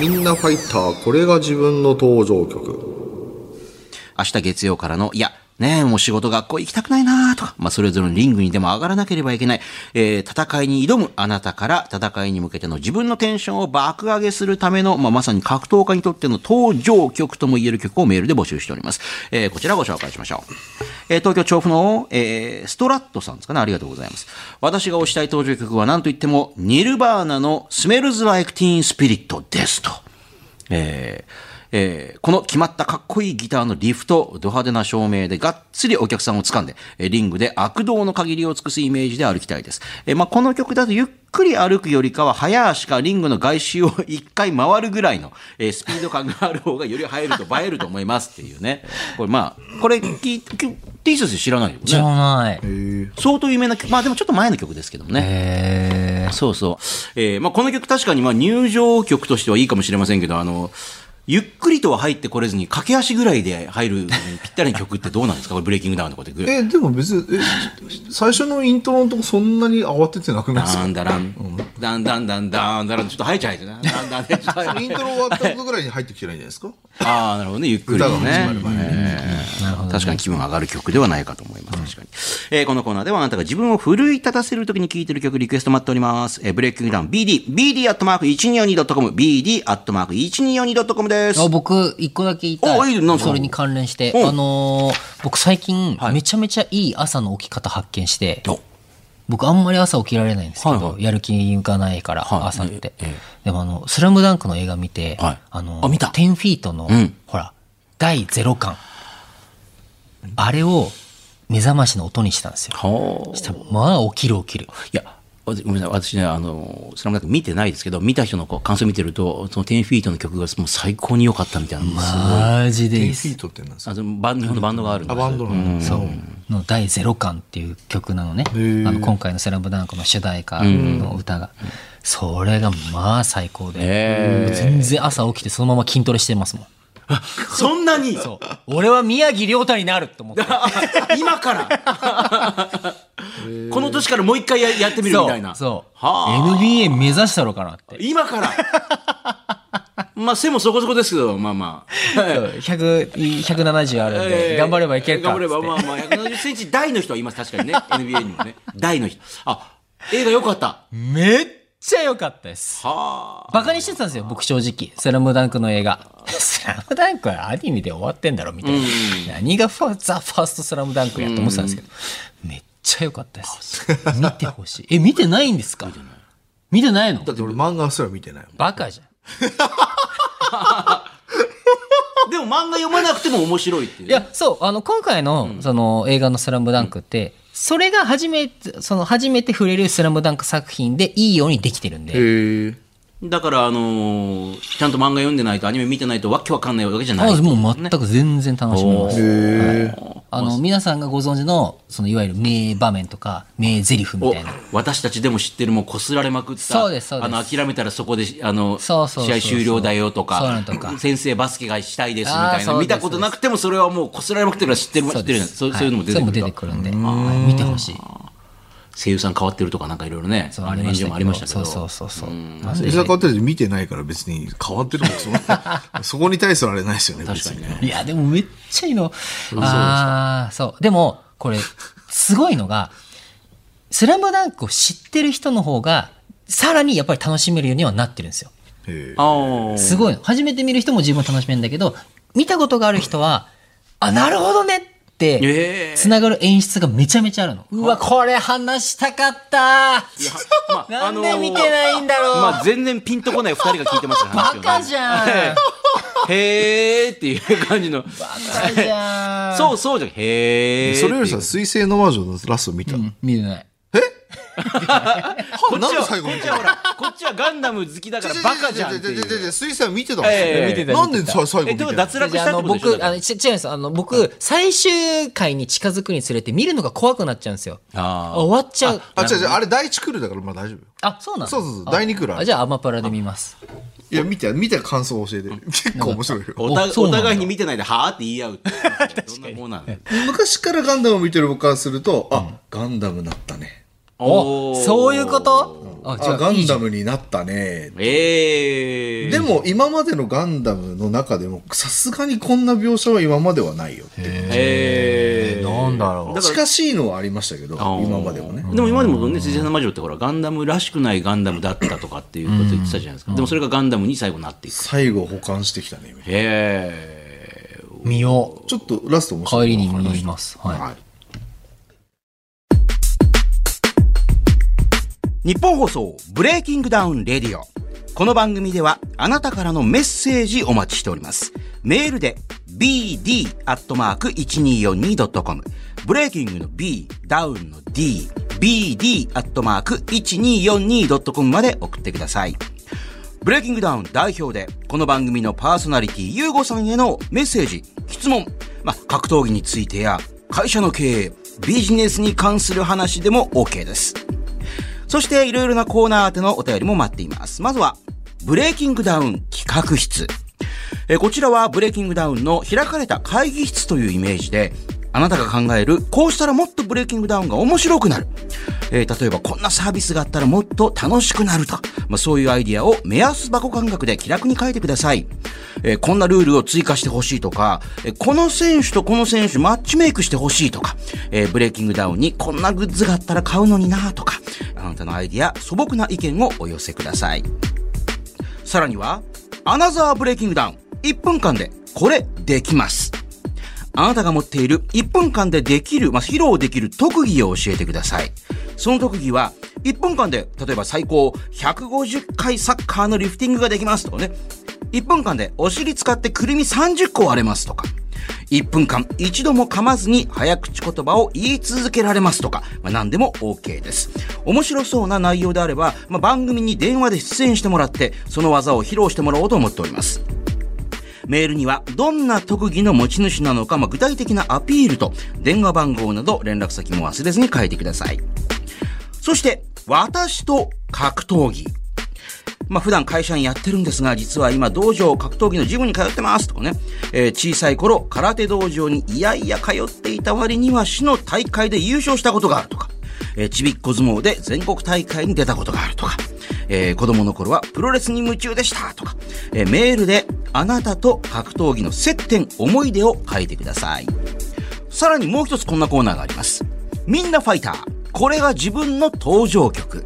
E: みんなファイターこれが自分の登場曲
C: 明日月曜からの、いや、ねえ、もう仕事学校行きたくないなとか、まあ、それぞれのリングにでも上がらなければいけない、えー戦いに挑むあなたから、戦いに向けての自分のテンションを爆上げするための、まあ、まさに格闘家にとっての登場曲とも言える曲をメールで募集しております。えーこちらご紹介しましょう。えー東京調布の、えーストラットさんですかね、ありがとうございます。私が推したい登場曲は何と言っても、ニルバーナのスメルズ・ライク・ティーン・スピリットですと。えーえーこの決まったかっこいいギターのリフとド派手な照明でがっつりお客さんを掴んで、えーリングで悪道の限りを尽くすイメージで歩きたいです。えーまあ、この曲だとゆっくり歩くよりかは、早足かリングの外周を一回回るぐらいの、えースピード感がある方がより映えると映えると思いますっていうね。 これまあ、これ聞い、き T シャツ知らないよ
D: 知ら
C: ね。
D: ない。
C: 相当有名な曲、まあでもちょっと前の曲ですけどもね。
D: え
C: そうそう。えーまあ、この曲確かにまあ入場曲としてはいいかもしれませんけど、あの、ゆっくりとは入ってこれずに、駆け足ぐらいで入るのにぴったりの曲ってどうなんですかこれブレイキングダウンのことで。
B: え、でも別に、え、最初のイントロのとこそんなに慌ててなくないです
C: ダ
B: か
C: ンダラン、ダンダンダンダンダラン、ちょっと入っちゃいけない。ダンダンダンダン
B: イントロ終わったことぐらいに入ってきてないんじゃないですか
C: ああ、なるほどね。ゆっくりとね。
B: 歌が始まる前に
C: ええ確かに気分上がる曲ではないかと思います。確かに。えーこのコーナーではあなたが自分を奮い立たせるときに聴いてる曲リクエスト待っております。えーブレイキングダウン BD、BD.1242.com、BD.1242.com です
D: あ。僕、一個だけ言いた
C: おいい
D: い。
C: よなんすか
D: それに関連して、
C: うん
D: あのー僕最近、
C: はい
D: めちゃめちゃいい朝の起き方発見して
C: お、
D: 僕あんまり朝起きられないんですけど、
C: はいは
D: やる気がないから、
C: はい
D: 朝って、
C: ええええ
D: でもあの、スラムダンクの映画見て、
C: はい
D: あの
C: あ見た
D: 10フィートの、
C: うん
D: ほら、第0巻。あれを目覚ましの音にしたんですよ。
C: は
D: そしたら、まあ起きる起きる。
C: いや、わごめんなさい、私ね、あの、スラムダンク見てないですけど、見た人のこう感想見てると、その10フィートの曲がもう最高に良かったみたいなんです。
D: マジでいいっす
B: フィートってなんですか
C: あそのバンド日本のバンドがあるんで
B: あ、
C: す
B: バンド
C: うん
B: の。
D: そうの第ゼロ感っていう曲なのね。あの今回のセラムダンクの主題歌の歌が。それがまあ最高
C: へ
D: で。全然朝起きてそのまま筋トレしてますもん。
C: そんなに
D: そう。俺は宮城亮太になると思 って。
C: 今から この年からもう一回ややってみるみたいな。
D: そう。
C: はあ
D: NBA 目指したろかなって。
C: 今から まあ背もそこそこですけど、まあまあ。はい
D: 100 170あるんで、頑張ればいけるかっつって。
C: 頑張れば、まあまあ、170センチ大の人はいます、確かにね。NBA にもね。大の人。あ、映画良かった。
D: めっちゃ良かったです。
C: はあ。
D: バカにしてたんですよ、僕正直。スラムダンクの映画。 スラムダンクはアニメで終わってんだろ、みたいな。何がファザ・ファーストスラムダンクやと思ってたんですけど、めっちゃ良かったです。見てほしい。え、見てないんですか見てないの
B: だって俺漫画すら見てないもん。
D: バカじゃん。
C: でも漫画読まなくても面白いっていう
D: い。や、そう、あの、今回の、その、映画のスラムダンクって、それが初めて、その、初めて触れるスラムダンク作品でいいようにできてるんで。
B: へえ。
C: だから、あのーちゃんと漫画読んでないと、アニメ見てないとわけわかんないわけじゃない。
D: あもう全く全然楽しめます。
B: へえ。
D: あの皆さんがご存知のそのいわゆる名場面とか名台詞み
C: お
D: たいな
C: 私たちでも知ってるもうこすられまくった
D: そうですそうです
C: あの諦めたらそこであの
D: そうそうそうそう
C: 試合終了だよとか
D: そういうのとか
C: 先生バスケがしたいですみ
D: あー
C: たい
D: そ
C: な
D: うで
C: 見
D: す
C: たことなくてもそれはもうこすられまくってるから知ってる知ってる
D: です
C: そうそういうのも出て
D: は
C: く
D: そ
C: る
D: れ
C: か
D: 出てくるんではい見てほしい
C: 声優さん変わってるとかなんかいろいろね
D: そう
C: あの炎上もありましたけど
D: そうそうそうそうまあ
B: 伊坂って見てないから別に変わってるもんそんなそこに対するあれないですよね、
C: 確かに
B: 別
C: ね
D: いやでもめっちゃいいのああそうでもこれすごいのが「スラムダンクを知ってる人の方がさらにやっぱり楽しめるようにはなってるんですよ
B: へえ
C: あー
D: すごいの初めて見る人も十分楽しめるんだけど見たことがある人はあなるほどねって
C: ええ
D: つながる演出がめちゃめちゃあるの。うわ、これ話したかった
C: まあ
D: なん
C: あ
D: で
C: のー
D: 見てないんだろう、
C: まあ全然ピンとこない二人が聞いてますから話を
D: バ
C: ね
D: カじゃん
C: へーっていう感じの
D: バカじ ゃん
C: そうそうじゃんへー
B: それよりさ「水星の魔女」のラスト見た、
D: 見てない。
B: こ
C: こっちは、
B: 最後
C: こ
B: 見
C: ってち
B: た
C: はほら、こっちはガンダム好きだからバカじゃんってい
B: 違う違う違う違う違う違
C: う。
B: う水星は見てたん
C: え
B: で
C: え
D: 見て
B: す
D: た
B: よなんでさ最後
C: え、
B: 見
C: で
B: て
C: も
B: ない
C: 脱落し
D: じゃああ
C: たっ
D: の
C: てことでしょ
D: 僕あのち違うんですあの僕最終回に近づくにつれて見るのが怖くなっちゃうんですよ
C: あー
D: 終わっちゃう
B: あ違う違うあれ第一クールだからまあ大丈夫よ
D: あそうなの
B: そうそうそう
D: あ
B: 第二クールある
D: あじゃあアマプラで見ます
B: いや見て見た感想を教えて結構面白いよ
C: お互い
D: おそう
C: お
D: なんだ
C: 互いに見てないで、はーって言い合うっていう。どんなもんなんだ
E: 昔からガンダムを見てる僕からすると、あ、ガンダムなったね。
D: おそういうことあ
E: あ
D: じゃあ
E: ガ
D: いい
E: ン
D: じゃ
E: ダ
D: ん
E: ムになったね。
C: ええー。
E: で、も今までのガンダムの中でもさすがにこんな描写は今まではないよっていう
C: ええー。
B: なんだろ
C: だから
E: 近しいのはありましたけど
C: あー
E: 今までもね
C: でも今でもね、水星の魔女ってほら、ガンダムらしくないガンダムだったとかっていうこと言ってたじゃないですか。でもそれがガンダムに最後なっていく。
E: 最後保管してきたね今
C: へえ。
D: 見よ
E: ちょっとラスト面
D: う
E: 白
D: 帰
E: い
D: りに見ますはい
C: 日本放送ブレイキングダウンレディオこの番組ではあなたからのメッセージお待ちしております。メールで bd.1242.com ブレイキングの b、ダウンの d、bd.1242.com まで送ってください。ブレイキングダウン代表で、この番組のパーソナリティ、ゆうごさんへのメッセージ、質問、まあ、格闘技についてや、会社の経営、ビジネスに関する話でも OK です。そして、いろいろなコーナー宛てのお便りも待っています。まずは、ブレイキングダウン企画室。えーこちらはブレイキングダウンの開かれた会議室というイメージで、あなたが考える、こうしたらもっとブレイキングダウンが面白くなる。えー例えばこんなサービスがあったらもっと楽しくなると。まあ、そういうアイディアを目安箱感覚で気楽に書いてください。えーこんなルールを追加してほしいとか、えーこの選手とこの選手マッチメイクしてほしいとか、えーブレイキングダウンにこんなグッズがあったら買うのになとか、あなたのアイディア、素朴な意見をお寄せください。さらには、アナザーブレイキングダウン。1分間で、これ、できます。あなたが持っている1分間でできる、まあ、披露できる特技を教えてください。その特技は、1分間で、例えば最高150回サッカーのリフティングができますとかね。1分間でお尻使ってくるみ30個割れますとか。1分間一度も噛まずに早口言葉を言い続けられますとか、まあ、何でも OK です。面白そうな内容であれば、まあ、番組に電話で出演してもらって、その技を披露してもらおうと思っております。メールにはどんな特技の持ち主なのか、まあ具体的なアピールと電話番号など連絡先も忘れずに書いてください。そして、私と格闘技。まあ、普段会社にやってるんですが、実は今道場格闘技のジムに通ってますとかね、えー小さい頃空手道場にいやいや通っていた割には市の大会で優勝したことがあるとか、えーちびっこ相撲で全国大会に出たことがあるとか、えー子供の頃はプロレスに夢中でしたとか、えーメールであなたと格闘技の接点、思い出を書いてください。さらにもう一つこんなコーナーがあります。みんなファイター。これが自分の登場曲。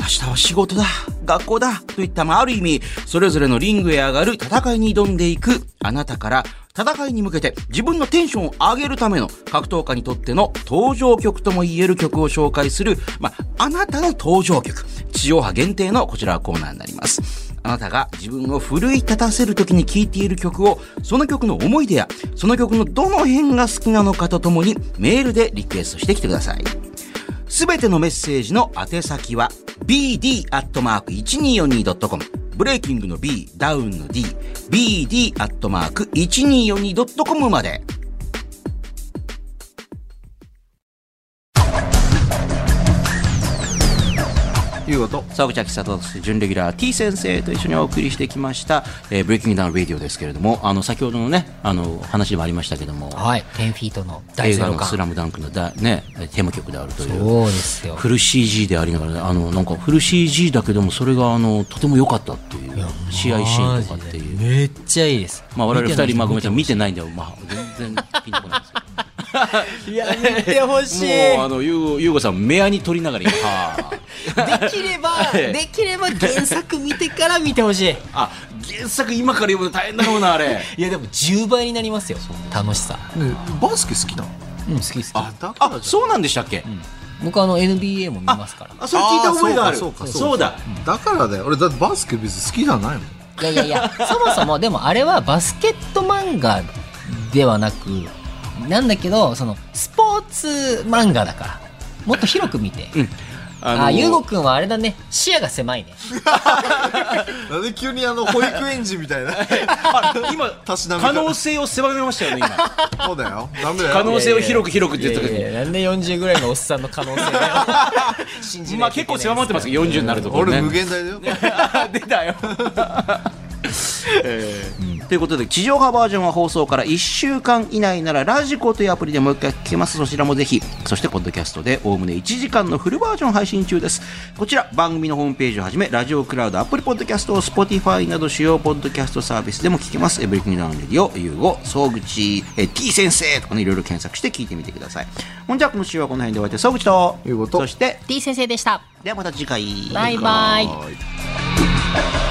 C: 明日は仕事だ、学校だ、といった、まあ、ある意味、それぞれのリングへ上がる戦いに挑んでいく、あなたから、戦いに向けて自分のテンションを上げるための格闘家にとっての登場曲とも言える曲を紹介する、まあ、あなたの登場曲、地上波限定のこちらはコーナーになります。あなたが自分を奮い立たせる時に聴いている曲を、その曲の思い出や、その曲のどの辺が好きなのかとともに、メールでリクエストしてきてください。すべてのメッセージの宛先は bd.1242.com ブレイキングの B、ダウンの D、bd.1242.com まで。
E: いうこと
C: 沢口秋里と準レギュラー T 先生と一緒にお送りしてきました、えーブレイキングダウンレディオですけれども、あの、先ほどのね、あの、話でもありましたけども、
D: はい、10フィートの大
C: 映
D: ゼ
C: 画
D: ロ
C: のス
D: 感。
C: ラムダンクのだ、ね、テーマ曲であるという。
D: そうですよ。
C: フル CG でありながらね、あのなんかフル CG だけどもそれがあのとても良かったっていう試合シーンとかっていう
D: めっちゃいいです。
C: まあ我々
D: 見てな
C: 二
D: い人
C: 人まあごめんなさい見てないんだよまあ全然ピンとこないです け
D: いや、見てほしい。
C: どもうあのゆうゆうごさん目合に取りながら 今はあ
D: できれば、できれば原作見てから見てほしい。
C: あ原作今から読むの大変だろうなあれ
D: いや、でも10倍になりますよ。楽しさ。
B: ねバスケ好きなの
D: うん、好きです。
B: あだから
C: あそうなんでしたっけ
D: 僕あの NBA も見ますから。
C: あそれ聞いた覚えがある
B: あそ
C: そ
B: ううかそうか
C: だ
B: だからだよ俺だってバスケ別に好きじゃないもん
D: いやいやいや、そもそもでもあれはバスケット漫画ではなく、なんだけど、そのスポーツ漫画だから、もっと広く見て。
C: あの
D: あ、ゆうごくんはあれだね、視野が狭いね。
B: なんで急にあの保育園児みたいな
C: あ今
B: たしなみ
C: 可
B: 方
C: 能性を狭めましたよね今
B: そうだよダメだよ
C: 可能性を広く広くって言った時
D: いやい
C: に
D: やなんで40ぐらいのおっさんの可能性 が信じ
C: ま
D: な
C: あ
D: いとい
C: 結
D: けない
C: 構
D: です
C: 狭まってますけど40になるところね
B: 俺無限大だよ
C: 出たよ。ということで地上波バージョンは放送から1週間以内ならラジコというアプリでもう一回聞けますそちらもぜひそしてポッドキャストでおおむね1時間のフルバージョン配信中ですこちら番組のホームページをはじめラジオクラウドアプリポッドキャスト Spotify など主要ポッドキャストサービスでも聞けますエブリキングダウンレディオユーゴ総口えー T 先生とかねいろいろ検索して聞いてみてくださいほんじゃ今週はこの辺で終わって総口と
B: ユーゴと
C: そして
D: D 先生でした
C: ではまた次回
D: バイバイ
B: はい